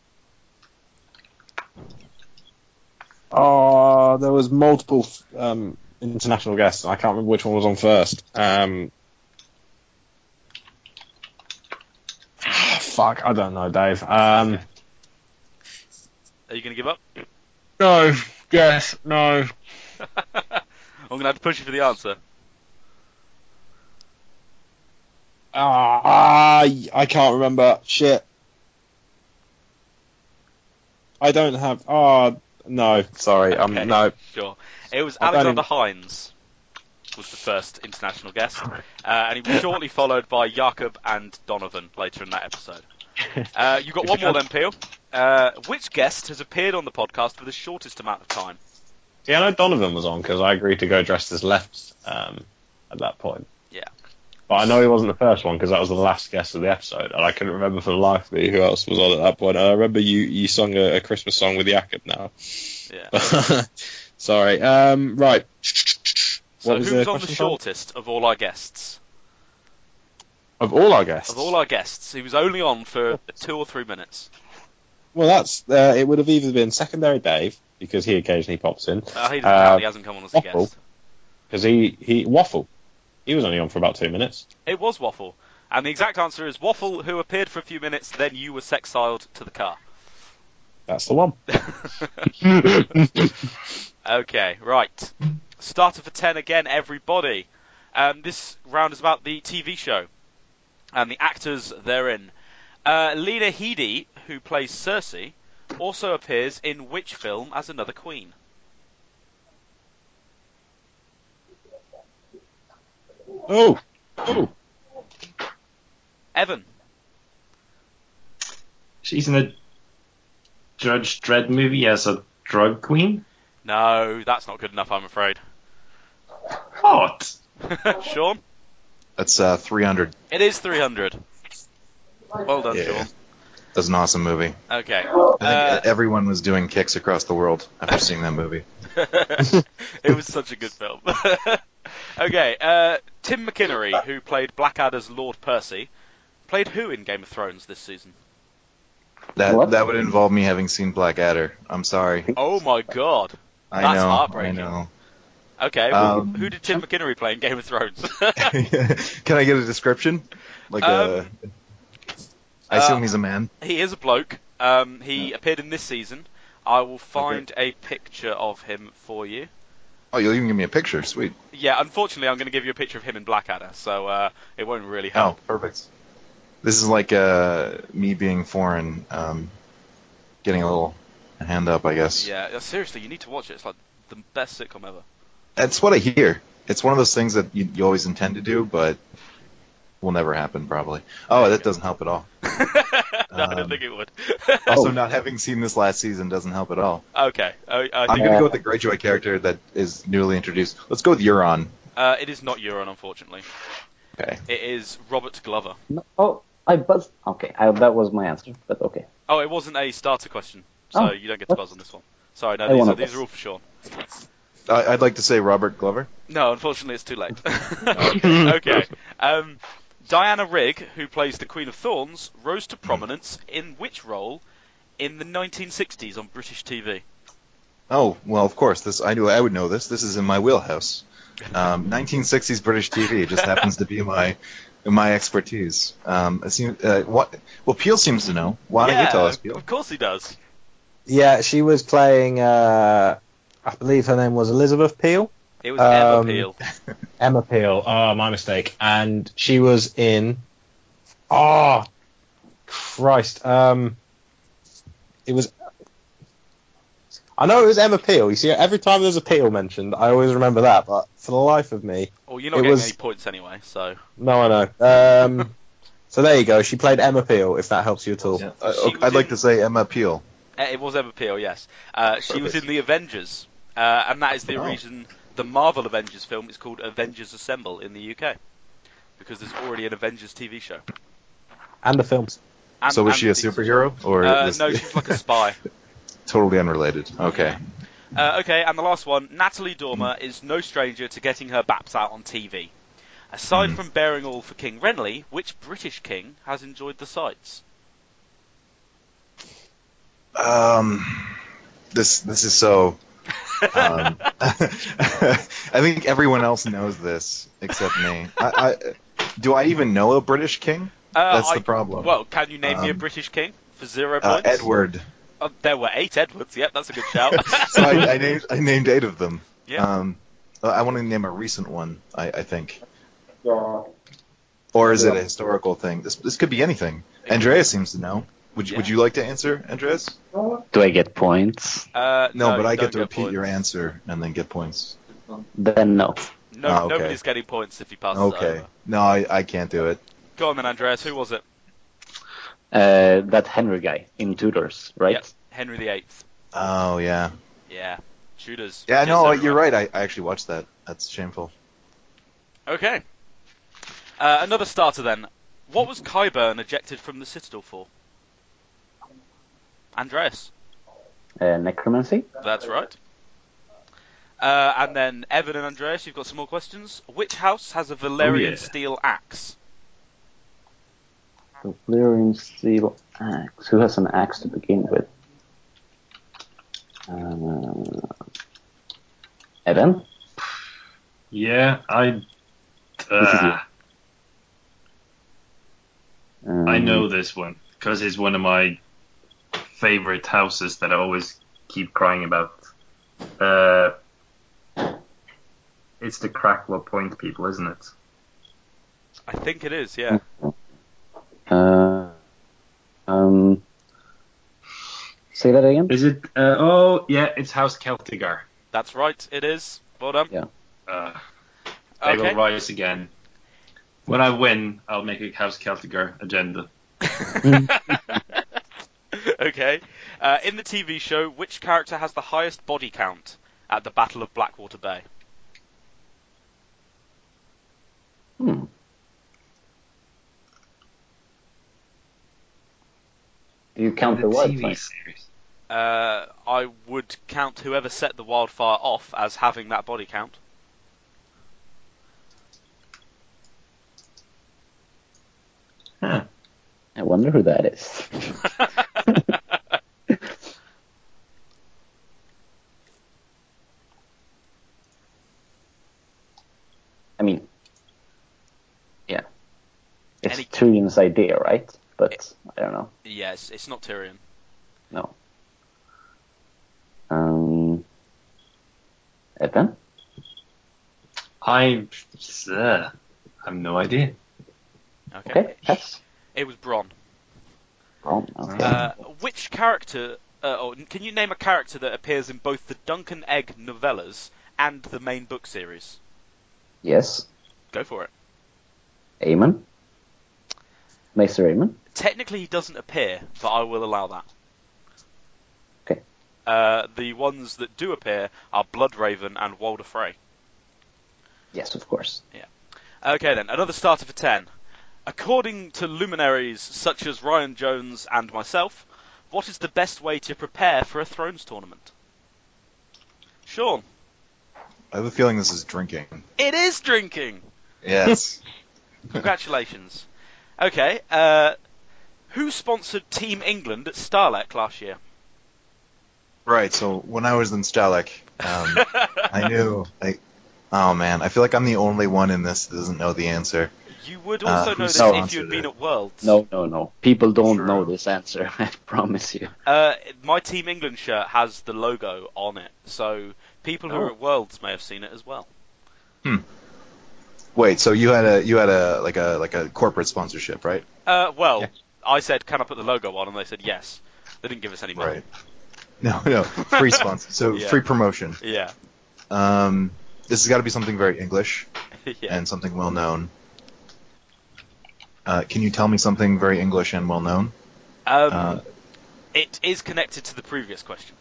[SPEAKER 13] Oh, there was multiple um, international guests. I can't remember which one was on first. Um, ah, fuck, I don't know, Dave. Um,
[SPEAKER 9] Are you going to give up?
[SPEAKER 13] no, yes, no.
[SPEAKER 9] I'm going to have to push you for the answer.
[SPEAKER 13] Ah, I can't remember. Shit. I don't have. Ah, no. Sorry. Um,
[SPEAKER 9] Okay.
[SPEAKER 13] no.
[SPEAKER 9] Sure. It was
[SPEAKER 13] I don't
[SPEAKER 9] Alexander Hines was the first international guest, uh, and he was shortly followed by Jakob and Donovan later in that episode. Uh, you got one more then, Peel. Uh, which guest has appeared on the podcast for the shortest amount of time?
[SPEAKER 13] See, I know Donovan was on because I agreed to go dressed as left um, at that point.
[SPEAKER 9] Yeah.
[SPEAKER 13] But I know he wasn't the first one because that was the last guest of the episode, and I couldn't remember for the life of me who else was on at that point. And I remember you you sung a, a Christmas song with Jakob now.
[SPEAKER 9] Yeah.
[SPEAKER 13] Sorry. Um, right.
[SPEAKER 9] So
[SPEAKER 13] was
[SPEAKER 9] who's
[SPEAKER 13] the
[SPEAKER 9] on the
[SPEAKER 13] question, Tom?
[SPEAKER 9] shortest of all our guests?
[SPEAKER 13] Of all our guests.
[SPEAKER 9] Of all our guests, he was only on for two or three minutes.
[SPEAKER 13] Well, that's uh, it. Would have either been secondary Dave because he occasionally pops in
[SPEAKER 9] Uh, he doesn't
[SPEAKER 13] Uh,
[SPEAKER 9] count, he hasn't come on as a
[SPEAKER 13] Waffle.
[SPEAKER 9] guest.
[SPEAKER 13] because he he waffle. He was only on for about two minutes.
[SPEAKER 9] It was Waffle. And the exact answer is Waffle, who appeared for a few minutes, then you were sexiled to the car.
[SPEAKER 13] That's the one.
[SPEAKER 9] Okay, right. Starter for 10 again, everybody. Um, this round is about the TV show and the actors therein. Uh, Lena Headey, who plays Cersei, also appears in which film as another queen?
[SPEAKER 13] Oh, oh,
[SPEAKER 9] Evan.
[SPEAKER 8] She's in a Judge Dredd movie as a drug queen.
[SPEAKER 9] No, that's not good enough, I'm afraid.
[SPEAKER 8] Hot.
[SPEAKER 9] Sean?
[SPEAKER 7] That's uh, 300.
[SPEAKER 9] It is 300. Well done,
[SPEAKER 7] Yeah.
[SPEAKER 9] Sean.
[SPEAKER 7] That's an awesome movie.
[SPEAKER 9] Okay.
[SPEAKER 7] I think
[SPEAKER 9] Uh,
[SPEAKER 7] everyone was doing kicks across the world after seeing that movie.
[SPEAKER 9] it was such a good film. okay, uh, Tim McInnery, who played Blackadder's Lord Percy, played who in Game of Thrones this season?
[SPEAKER 7] That
[SPEAKER 2] What?
[SPEAKER 7] that would involve me having seen Blackadder. I'm sorry.
[SPEAKER 9] Oh my god.
[SPEAKER 7] I
[SPEAKER 9] That's
[SPEAKER 7] know.
[SPEAKER 9] heartbreaking.
[SPEAKER 7] I know.
[SPEAKER 9] Okay, well,
[SPEAKER 7] Um,
[SPEAKER 9] who did Tim McInnery play in Game of Thrones?
[SPEAKER 7] Can I get a description? Like
[SPEAKER 9] Um,
[SPEAKER 7] a. I assume
[SPEAKER 9] uh,
[SPEAKER 7] he's a man.
[SPEAKER 9] he is a bloke. Um, he appeared in this season. I will find a picture of him for you.
[SPEAKER 7] Oh, you'll even give me a picture. Sweet.
[SPEAKER 9] Yeah, unfortunately, I'm going to give you a picture of him in Blackadder, so uh, it won't really help.
[SPEAKER 7] Oh, perfect. This is like uh, me being foreign, um, getting a little hand up, I guess.
[SPEAKER 9] Yeah, uh, seriously, you need to watch it. It's like the best sitcom ever.
[SPEAKER 7] That's what I hear. It's one of those things that you, you always intend to do, but will never happen, probably. Oh, that doesn't help at all.
[SPEAKER 9] no, I don't
[SPEAKER 7] Um,
[SPEAKER 9] think it would.
[SPEAKER 7] Also, not having seen this last season doesn't help at all.
[SPEAKER 9] okay, I, I
[SPEAKER 7] I'm
[SPEAKER 9] think
[SPEAKER 7] going to go with the Greyjoy character that is newly introduced. Let's go with Euron.
[SPEAKER 9] uh, it is not Euron, unfortunately.
[SPEAKER 7] Okay.
[SPEAKER 9] It is Robert Glover.
[SPEAKER 2] No, oh, I buzzed. Okay, I, that was my answer, but okay.
[SPEAKER 9] Oh, it wasn't a starter question, so
[SPEAKER 2] Oh,
[SPEAKER 9] you don't get to
[SPEAKER 2] what?
[SPEAKER 9] buzz on this one. Sorry, no,
[SPEAKER 2] I
[SPEAKER 9] these
[SPEAKER 2] wanna
[SPEAKER 9] are, these
[SPEAKER 2] buzz.
[SPEAKER 9] are all for Sean.
[SPEAKER 7] I, I'd like to say Robert Glover.
[SPEAKER 9] No, unfortunately, it's too late. okay. Um, Diana Rigg, who plays the Queen of Thorns, rose to prominence in which role in the 1960s on British TV?
[SPEAKER 7] Oh, well, of course. This I knew I would know this. This is in my wheelhouse. Um, 1960s British TV just happens to be my my expertise. Um, it seems, uh, what, well, Peel seems to know. Why don't
[SPEAKER 9] yeah,
[SPEAKER 7] you tell us, Peel?
[SPEAKER 9] of course he does.
[SPEAKER 1] Yeah, she was playing. Uh, I believe her name was Elizabeth Peel,
[SPEAKER 9] It was Emma
[SPEAKER 1] Um,
[SPEAKER 9] Peel.
[SPEAKER 1] Emma Peel. Oh, my mistake. And she was in. Oh, Christ. Um, it was. I know it was Emma Peel. You see, every time there's a Peel mentioned, I always remember that. But for the life of me,
[SPEAKER 9] Well, you're not
[SPEAKER 1] it
[SPEAKER 9] getting
[SPEAKER 1] was-
[SPEAKER 9] any points anyway, so.
[SPEAKER 1] no, I know. Um, so there you go. She played Emma Peel. If that helps you at all.
[SPEAKER 7] Yeah,
[SPEAKER 9] She
[SPEAKER 7] I,
[SPEAKER 9] was
[SPEAKER 7] Uh, I'd like
[SPEAKER 9] in-
[SPEAKER 7] to say Emma Peel.
[SPEAKER 9] Uh, It was Emma Peel, yes. Uh, she was in the Avengers, uh, and that is the
[SPEAKER 7] Oh.
[SPEAKER 9] reason the Marvel Avengers film is called Avengers Assemble in the UK. because there's already an Avengers TV show.
[SPEAKER 1] And the films.
[SPEAKER 9] And-
[SPEAKER 7] so was
[SPEAKER 9] and
[SPEAKER 7] she a
[SPEAKER 9] the-
[SPEAKER 7] superhero or
[SPEAKER 9] Uh,
[SPEAKER 7] was-
[SPEAKER 9] no, she's like a spy.
[SPEAKER 7] totally unrelated? Okay.
[SPEAKER 9] Uh, okay, and the last one, Natalie
[SPEAKER 7] Hmm.
[SPEAKER 9] Dormer is no stranger to getting her baps out on TV.
[SPEAKER 7] Hmm.
[SPEAKER 9] Aside from bearing all for King Renly, which British king has enjoyed the sights?
[SPEAKER 7] Um, this this is so. Um, I think everyone else knows this except me. I, I, do I even know a British king?
[SPEAKER 9] Uh,
[SPEAKER 7] That's the
[SPEAKER 9] I-
[SPEAKER 7] problem.
[SPEAKER 9] Well, can you name me a
[SPEAKER 7] Um,
[SPEAKER 9] British king for zero
[SPEAKER 7] uh,
[SPEAKER 9] points?
[SPEAKER 7] Edward.
[SPEAKER 9] Oh, there were eight Edwards. Yep, that's a good shout.
[SPEAKER 7] So I, I named I named eight of them.
[SPEAKER 9] Yeah.
[SPEAKER 7] Um, uh, I want to name a recent one. I, I think,
[SPEAKER 14] Yeah.
[SPEAKER 7] or is it a historical thing? This this could be anything. Andrea seems to know. Would you, would you like to answer, Andreas?
[SPEAKER 2] Do I get points?
[SPEAKER 9] Uh,
[SPEAKER 7] no,
[SPEAKER 9] no,
[SPEAKER 7] but I
[SPEAKER 9] you
[SPEAKER 7] get
[SPEAKER 9] don't
[SPEAKER 7] to
[SPEAKER 9] get
[SPEAKER 7] repeat your answer and then get points.
[SPEAKER 2] Then no.
[SPEAKER 9] no,
[SPEAKER 7] Ah, okay.
[SPEAKER 9] nobody's getting points if you pass. It
[SPEAKER 7] Okay.
[SPEAKER 9] over.
[SPEAKER 7] No, I, I can't do it.
[SPEAKER 9] Go on then, Andreas. Who was it?
[SPEAKER 2] Uh, that Henry guy in Tudors, right?
[SPEAKER 9] Yep, Henry VIII.
[SPEAKER 7] Oh yeah.
[SPEAKER 9] Yeah, Tudors.
[SPEAKER 7] Yeah,
[SPEAKER 9] Yes,
[SPEAKER 7] no,
[SPEAKER 9] sir.
[SPEAKER 7] you're right. I, I actually watched that. That's shameful.
[SPEAKER 9] Okay. Uh, another starter then. What was Kyburn ejected from the Citadel for? Andreas.
[SPEAKER 2] Uh, necromancy.
[SPEAKER 9] That's right. Uh, and then Evan and Andreas, you've got some more questions. Which house has a Valerian
[SPEAKER 2] Oh, yeah.
[SPEAKER 9] steel axe?
[SPEAKER 2] The Valyrian steel axe. Who has an axe to begin with? Uh, Evan.
[SPEAKER 4] Yeah, I. Uh, I know this one because it's one of my favorite houses that I always keep crying about. Uh, it's the Cracklow Point people, isn't it?
[SPEAKER 9] I think it is,
[SPEAKER 2] Hmm.
[SPEAKER 9] yeah.
[SPEAKER 2] Uh, um. Say that again.
[SPEAKER 4] Is it? Uh, oh, yeah, it's House Celtigar.
[SPEAKER 9] That's right, it is. Well done.
[SPEAKER 2] Yeah.
[SPEAKER 4] Uh, they
[SPEAKER 9] Okay.
[SPEAKER 4] will rise again. When I win, I'll make a House Celtigar agenda.
[SPEAKER 9] okay. Uh, in the TV show, which character has the highest body count at the Battle of Blackwater Bay?
[SPEAKER 2] Hmm. Do you count the, wildfire?
[SPEAKER 9] Uh, I would count whoever set the wildfire off as having that body count.
[SPEAKER 2] I wonder who that is. I mean, yeah, it's
[SPEAKER 9] Any-
[SPEAKER 2] Tyrion's idea, right? But I don't know.
[SPEAKER 9] Yes, it's not Tyrion.
[SPEAKER 2] No. Um, Evan,
[SPEAKER 4] I, uh, have no idea.
[SPEAKER 9] Okay.
[SPEAKER 2] okay, yes,
[SPEAKER 9] It was Bronn.
[SPEAKER 2] wrong. Okay.
[SPEAKER 9] Uh, which character, uh, or can you name a character that appears in both the Duncan Egg novellas and the main book series?
[SPEAKER 2] yes,
[SPEAKER 9] Go for it.
[SPEAKER 2] Aemon, Maester Aemon.
[SPEAKER 9] Technically, he doesn't appear, but I will allow that.
[SPEAKER 2] Okay.
[SPEAKER 9] Uh, the ones that do appear are Bloodraven and Walder Frey.
[SPEAKER 2] Yes, of course.
[SPEAKER 9] Okay then, another starter for 10. According to luminaries such as Ryan Jones and myself, what is the best way to prepare for a Thrones tournament? Sean,
[SPEAKER 7] I have a feeling this is drinking.
[SPEAKER 9] it is drinking!
[SPEAKER 7] Yes.
[SPEAKER 9] Congratulations. okay, uh, who sponsored Team England at Starlet last year?
[SPEAKER 7] right. So when I was in Stalek, um, I knew. I, oh man, I feel like I'm the only one in this that doesn't know the answer.
[SPEAKER 9] You would
[SPEAKER 7] Uh,
[SPEAKER 9] also
[SPEAKER 7] who
[SPEAKER 9] know this if
[SPEAKER 7] sponsored
[SPEAKER 9] you had
[SPEAKER 7] it?
[SPEAKER 9] been at Worlds.
[SPEAKER 2] No, no, no. People don't know this answer. I promise you.
[SPEAKER 9] Uh, my Team England shirt has the logo on it, so people who
[SPEAKER 2] Oh.
[SPEAKER 9] are at Worlds may have seen it as well.
[SPEAKER 7] Wait. So you had a you had a like a like a corporate sponsorship, right?
[SPEAKER 9] Uh, well, I said, can I put the logo on? And they said yes. They didn't give us any money.
[SPEAKER 7] Right. No, no. Free sponsor. So
[SPEAKER 9] Yeah.
[SPEAKER 7] free promotion.
[SPEAKER 9] Yeah.
[SPEAKER 7] Um, this has got to be something very English
[SPEAKER 9] yeah.
[SPEAKER 7] and something well known. Uh, can you tell me something very English and well known?
[SPEAKER 9] Um,
[SPEAKER 7] Uh,
[SPEAKER 9] it is connected to the previous question.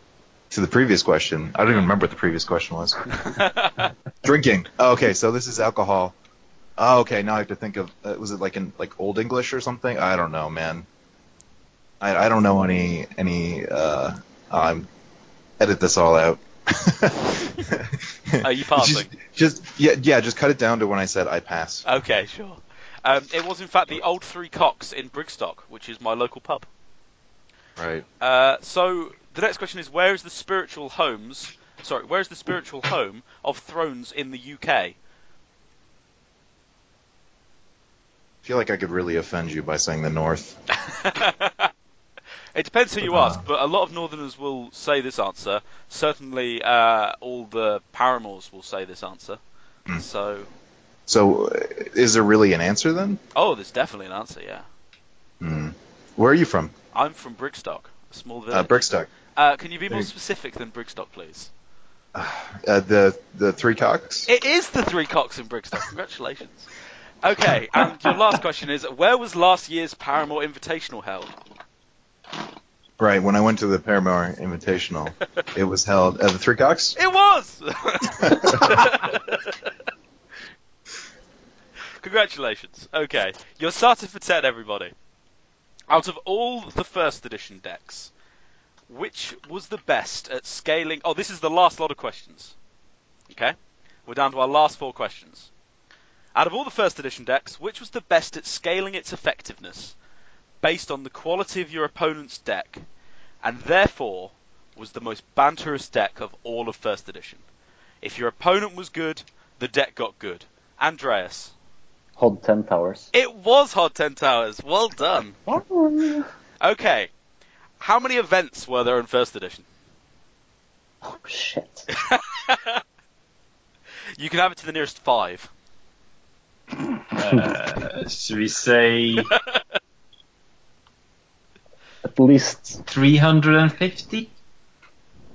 [SPEAKER 7] to the previous question. I don't even remember what the previous question was. Drinking. Oh, okay, so this is alcohol. Oh, okay. Now I have to think of uh, was it like in like Old English or something? I don't know, man. I, I don't know any any. Uh, I'm edit this all out.
[SPEAKER 9] Are you passing?
[SPEAKER 7] Just yeah yeah. Just cut it down to when I said I pass.
[SPEAKER 9] Okay, sure. Um, it was in fact the Old Three Cocks in Brigstock, which is my local pub.
[SPEAKER 7] Right.
[SPEAKER 9] Uh, so the next question is where is the spiritual homes? Sorry, where is the spiritual home of Thrones in the UK?
[SPEAKER 7] I feel like I could really offend you by saying the North.
[SPEAKER 9] It depends who you ask, but uh, a lot of Northerners will say this answer. Certainly, uh, all the Paramours will say this answer. So,
[SPEAKER 7] So, uh, is there really an answer then?
[SPEAKER 9] oh, there's definitely an answer. Yeah,
[SPEAKER 7] Hmm. Where are you from?
[SPEAKER 9] I'm from Brigstock, a small village.
[SPEAKER 7] Uh, Brickstock.
[SPEAKER 9] Uh, can you be more
[SPEAKER 7] Big.
[SPEAKER 9] specific than Brigstock, please?
[SPEAKER 7] Uh, the the Three Cocks.
[SPEAKER 9] It is the Three Cocks in Brigstock. Congratulations. Okay, and your last question is: Where was last year's Paramore Invitational held?
[SPEAKER 7] Right when I went to the Paramore Invitational, it was held at the Three Cocks.
[SPEAKER 9] It was. Congratulations. Okay, you're started for ten, everybody. Out of all the first edition decks, which was the best at scaling? Oh, this is the last lot of questions. Okay, we're down to our last four questions. Out of all the first edition decks, which was the best at scaling its effectiveness based on the quality of your opponent's deck, and therefore was the most banterous deck of all of first edition? If your opponent was good, the deck got good. Andreas.
[SPEAKER 2] Hod Ten Towers.
[SPEAKER 9] It was Hard Ten Towers. Well done. Okay. How many events were there in first edition?
[SPEAKER 2] Oh shit.
[SPEAKER 9] You can have it to the nearest five.
[SPEAKER 8] Uh, should we say
[SPEAKER 2] At least
[SPEAKER 8] 350?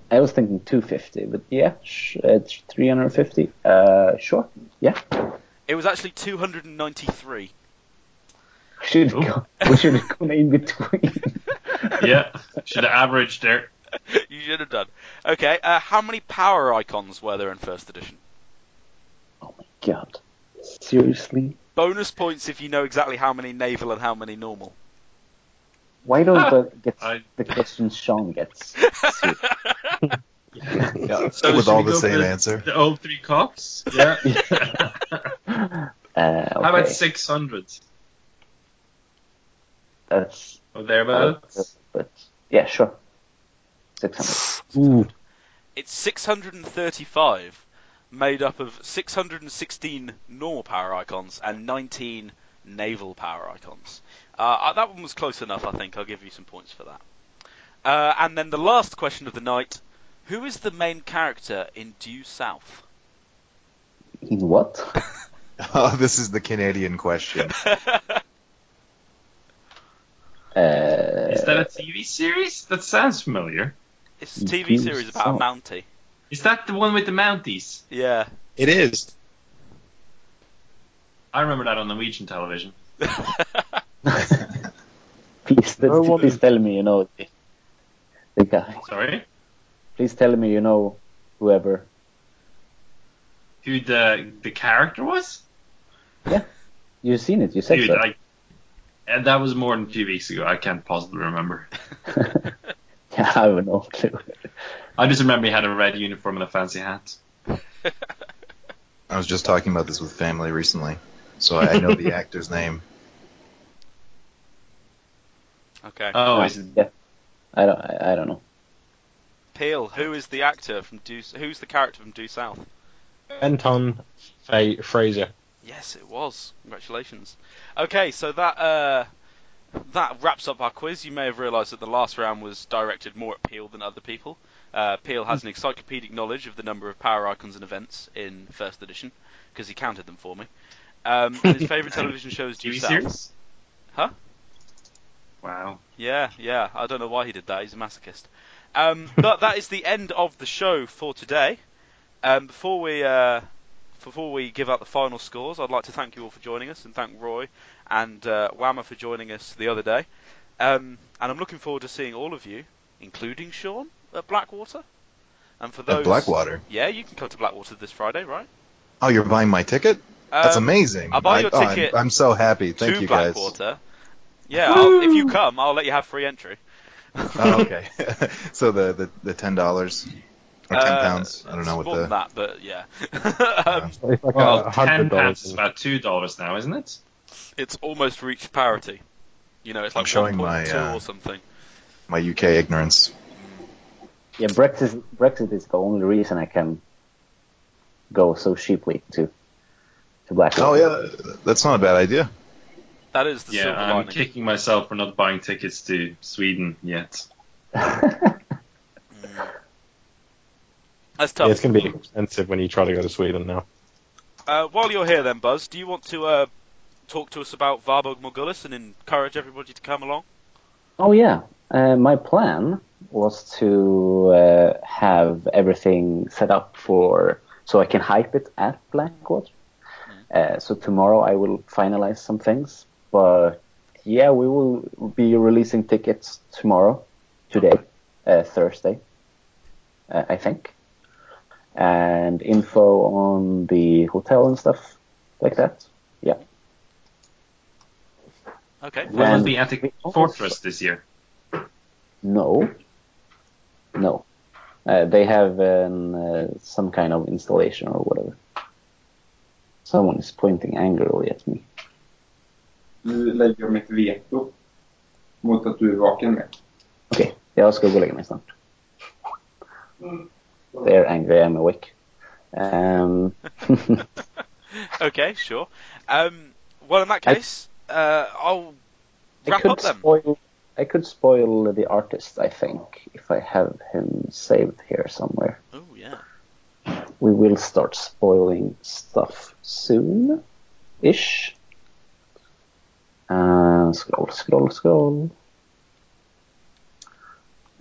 [SPEAKER 2] I was thinking 250, but yeah, sh- uh, it's 350. Uh, sure. Yeah.
[SPEAKER 9] It was actually 293.
[SPEAKER 2] We should go. We should have gone in between.
[SPEAKER 8] yeah, should have averaged there.
[SPEAKER 9] you should have done. Okay. Uh, how many power icons were there in first edition?
[SPEAKER 2] God. Seriously.
[SPEAKER 9] Bonus points if you know exactly how many naval and how many normal.
[SPEAKER 2] Why don't
[SPEAKER 8] Ah!
[SPEAKER 2] the, get the questions Sean gets?
[SPEAKER 8] So
[SPEAKER 7] with
[SPEAKER 8] should we go
[SPEAKER 7] all the
[SPEAKER 8] for
[SPEAKER 7] same
[SPEAKER 8] the-
[SPEAKER 7] answer.
[SPEAKER 8] The old three cocks? Yeah.
[SPEAKER 2] Uh, okay.
[SPEAKER 8] How about 600?
[SPEAKER 2] That's
[SPEAKER 8] Or thereabouts?
[SPEAKER 2] uh, but yeah, sure. Six
[SPEAKER 9] hundred. It's 635, made up of 616 normal power icons and 19 naval power icons. Uh, Uh, that one was close enough, I think. I'll give you some points for that. Uh, and then the last question of the night: Who is the main character in Due South?
[SPEAKER 2] In what?
[SPEAKER 7] Oh, this is the Canadian question.
[SPEAKER 2] Uh,
[SPEAKER 8] Is that a TV series? That sounds familiar.
[SPEAKER 9] It's a TV series about a Mountie.
[SPEAKER 8] Is that the one with the Mounties?
[SPEAKER 9] Yeah.
[SPEAKER 1] It is.
[SPEAKER 8] I remember that on Norwegian television.
[SPEAKER 2] please, please tell me you know the, the guy.
[SPEAKER 8] Sorry?
[SPEAKER 2] Please tell me you know whoever.
[SPEAKER 8] Who the the character was?
[SPEAKER 2] You've seen it. You said
[SPEAKER 8] Dude,
[SPEAKER 2] so.
[SPEAKER 8] I, and that was more than two weeks ago. I can't possibly remember.
[SPEAKER 2] Yeah, I have no clue.
[SPEAKER 8] I just remember he had a red uniform and a fancy hat.
[SPEAKER 7] I was just talking about this with family recently, so I I know the actor's name.
[SPEAKER 9] Okay.
[SPEAKER 8] Oh, is
[SPEAKER 2] yeah. I don't. I, I don't know.
[SPEAKER 9] Peel. Who is the actor from Due? Who's the character from Due South?
[SPEAKER 1] Benton Fa- Fraser.
[SPEAKER 9] Yes, it was. Congratulations. Okay, so that uh, that wraps up our quiz. You may have realised that the last round was directed more at Peel than other people. Uh, Peel has an encyclopedic knowledge of the number of power icons and events in first edition because he counted them for me. Um, and his favourite television show is Due
[SPEAKER 8] TV
[SPEAKER 9] South.
[SPEAKER 8] series?
[SPEAKER 9] Huh?
[SPEAKER 8] Wow.
[SPEAKER 9] Yeah, yeah. I don't know why he did that. He's a masochist. Um, but that is the end of the show for today. Um, before we uh, before we give out the final scores, I'd like to thank you all for joining us and thank Roy and uh, Whammer for joining us the other day. Um, and I'm looking forward to seeing all of you, including Sean at Blackwater. And for those
[SPEAKER 7] Blackwater?
[SPEAKER 9] yeah, you can come to Blackwater this Friday, right?
[SPEAKER 7] Oh, you're buying my ticket? That's
[SPEAKER 9] Um,
[SPEAKER 7] amazing.
[SPEAKER 9] I'll buy
[SPEAKER 7] I-
[SPEAKER 9] your
[SPEAKER 7] oh, I'm-
[SPEAKER 9] ticket
[SPEAKER 7] I'm so happy. Thank
[SPEAKER 9] to
[SPEAKER 7] you, guys.
[SPEAKER 9] Blackwater. Yeah, I'll, if you come, I'll let you have free entry.
[SPEAKER 7] Oh, okay. so the, the, the ten dollars or ten
[SPEAKER 9] Uh,
[SPEAKER 7] pounds. I don't know what
[SPEAKER 9] More
[SPEAKER 7] the
[SPEAKER 9] than that, but yeah. Um,
[SPEAKER 7] It's like
[SPEAKER 8] well,
[SPEAKER 7] a
[SPEAKER 8] ten pounds
[SPEAKER 7] hundred dollars.
[SPEAKER 8] is about two dollars now, isn't it?
[SPEAKER 9] It's almost reached parity. You know, it's
[SPEAKER 7] like showing my, 1.2 uh, or
[SPEAKER 9] something.
[SPEAKER 7] my UK ignorance.
[SPEAKER 15] Yeah, Brexit Brexit is the only reason I can go so cheaply to to Blackwater.
[SPEAKER 7] Oh yeah, that's not a bad idea.
[SPEAKER 9] That is the
[SPEAKER 8] yeah,
[SPEAKER 9] silver
[SPEAKER 8] I'm
[SPEAKER 9] lining.
[SPEAKER 8] kicking myself for not buying tickets to Sweden yet.
[SPEAKER 9] That's
[SPEAKER 13] Yeah,
[SPEAKER 9] tough.
[SPEAKER 13] it's going to be expensive when you try to go to Sweden now.
[SPEAKER 9] Uh, while you're here, then, Buzz, do you want to uh, talk to us about Varberg Morgulis and encourage everybody to come along?
[SPEAKER 15] Oh yeah. Uh, my plan was to uh, have everything set up for so I can hype it at Blackwater. Uh, so tomorrow I will finalize some things, but yeah, we will be releasing tickets tomorrow, today, uh, Thursday, uh, I think, and info on the hotel and stuff like that. Yeah.
[SPEAKER 9] Okay.
[SPEAKER 8] Will
[SPEAKER 15] And-
[SPEAKER 8] it be at the Fortress this year?
[SPEAKER 15] No. No. Uh, they have an, uh, some kind of installation or whatever. Someone is pointing angrily at me.
[SPEAKER 16] Nu lägger de ett veto mot att du är vaken med.
[SPEAKER 15] Okej, jag ska gå och lägga mig snart. They're angry, I'm awake. Um,
[SPEAKER 9] Okay, sure. Um, well, in that case, uh, I'll
[SPEAKER 15] I,
[SPEAKER 9] wrap
[SPEAKER 15] could
[SPEAKER 9] up then.
[SPEAKER 15] spoil, I could spoil the artist, I think, if I have him saved here somewhere.
[SPEAKER 9] Oh, yeah.
[SPEAKER 15] We will start spoiling stuff soon ish. Uh, scroll, scroll, scroll.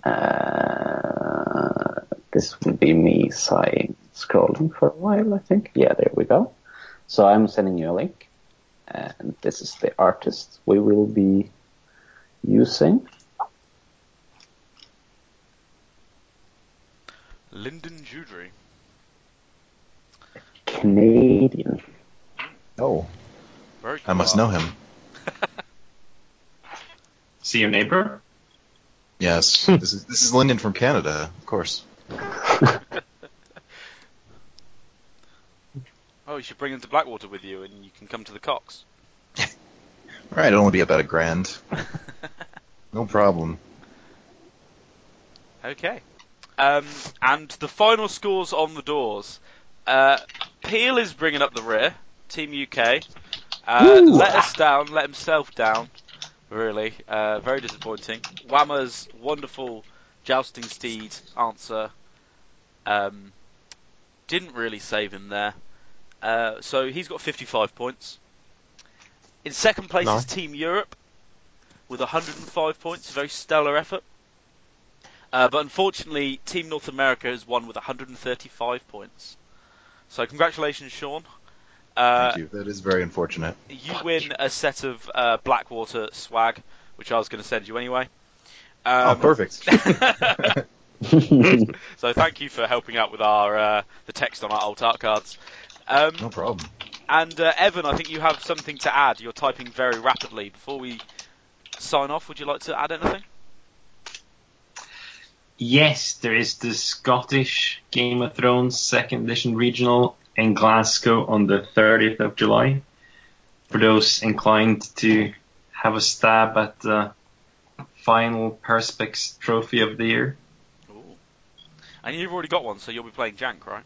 [SPEAKER 15] Uh, this will be me sighing, scrolling for a while, I think. Yeah, there we go. So I'm sending you a link, and this is the artist we will be using.
[SPEAKER 9] Lyndon Jewdry.
[SPEAKER 15] Canadian.
[SPEAKER 7] Oh.
[SPEAKER 9] Very
[SPEAKER 7] I must know him.
[SPEAKER 8] See your neighbor?
[SPEAKER 7] Yes. this is this is Lyndon from Canada, of course.
[SPEAKER 9] Oh, you should bring him to Blackwater with you, and you can come to the Cox.
[SPEAKER 7] All right, it'll only be about a grand. no problem.
[SPEAKER 9] Okay. Um, and the final scores on the doors. Uh, Peel is bringing up the rear. Team UK. Uh,
[SPEAKER 10] Woo!
[SPEAKER 9] let us down. Let himself down. Really, uh, very disappointing. Whammer's wonderful jousting steed answer um, didn't really save him there. Uh, so he's got 55 points. In second place
[SPEAKER 10] Nice.
[SPEAKER 9] is Team Europe with 105 points. A very stellar effort. Uh, but unfortunately, Team North America has won with 135 points. So congratulations, Sean. Uh,
[SPEAKER 7] Thank you. That is very unfortunate.
[SPEAKER 9] you win a set of uh, Blackwater swag, which I was going to send you anyway. Um,
[SPEAKER 7] oh, perfect.
[SPEAKER 9] so thank you for helping out with our uh, the text on our old art cards. Um,
[SPEAKER 7] no problem.
[SPEAKER 9] And uh, Evan, I think you have something to add. You're typing very rapidly. Before we sign off, would you like to add anything?
[SPEAKER 8] Yes, there is the Scottish Game of Thrones Second Edition Regional in Glasgow on the 30th of July. For those inclined to have a stab at the final Perspex Trophy of the Year.
[SPEAKER 9] And you've already got one, so you'll be playing Jank, right?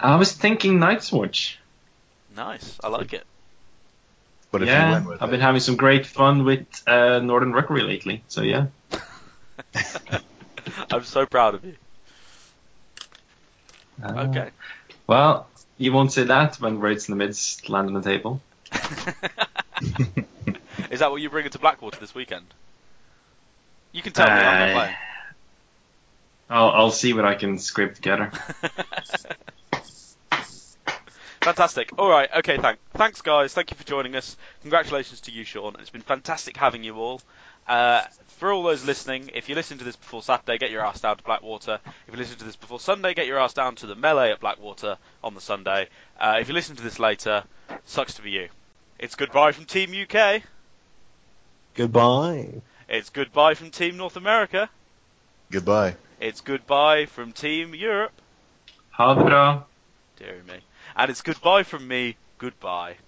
[SPEAKER 8] I was thinking Night's Watch.
[SPEAKER 9] Nice. I like it.
[SPEAKER 7] But
[SPEAKER 9] if you
[SPEAKER 8] yeah,
[SPEAKER 9] went with
[SPEAKER 8] I've
[SPEAKER 9] it-
[SPEAKER 8] been having some great fun with uh, Northern Rookery lately, so yeah.
[SPEAKER 9] I'm so proud of you. okay.
[SPEAKER 8] Well, you won't say that when Raids in the Mids land on the table.
[SPEAKER 9] Is that what you're bringing to Blackwater this weekend? You can tell me. I'm
[SPEAKER 8] Uh,
[SPEAKER 9] not playing.
[SPEAKER 8] I'll, I'll see what I can scrape together.
[SPEAKER 9] Fantastic. All right. Okay. Thank. Thanks, guys. Thank you for joining us. Congratulations to you, Sean. It's been fantastic having you all. Uh, for all those listening, if you listen to this before Saturday, get your ass down to Blackwater. If you listen to this before Sunday, get your ass down to the melee at Blackwater on the Sunday. Uh, if you listen to this later, sucks to be you. It's goodbye from Team UK.
[SPEAKER 1] Goodbye.
[SPEAKER 9] It's goodbye from Team North America.
[SPEAKER 7] Goodbye.
[SPEAKER 9] It's goodbye from Team Europe.
[SPEAKER 8] Ha det bra.
[SPEAKER 9] Dear me. And it's goodbye from me. Goodbye.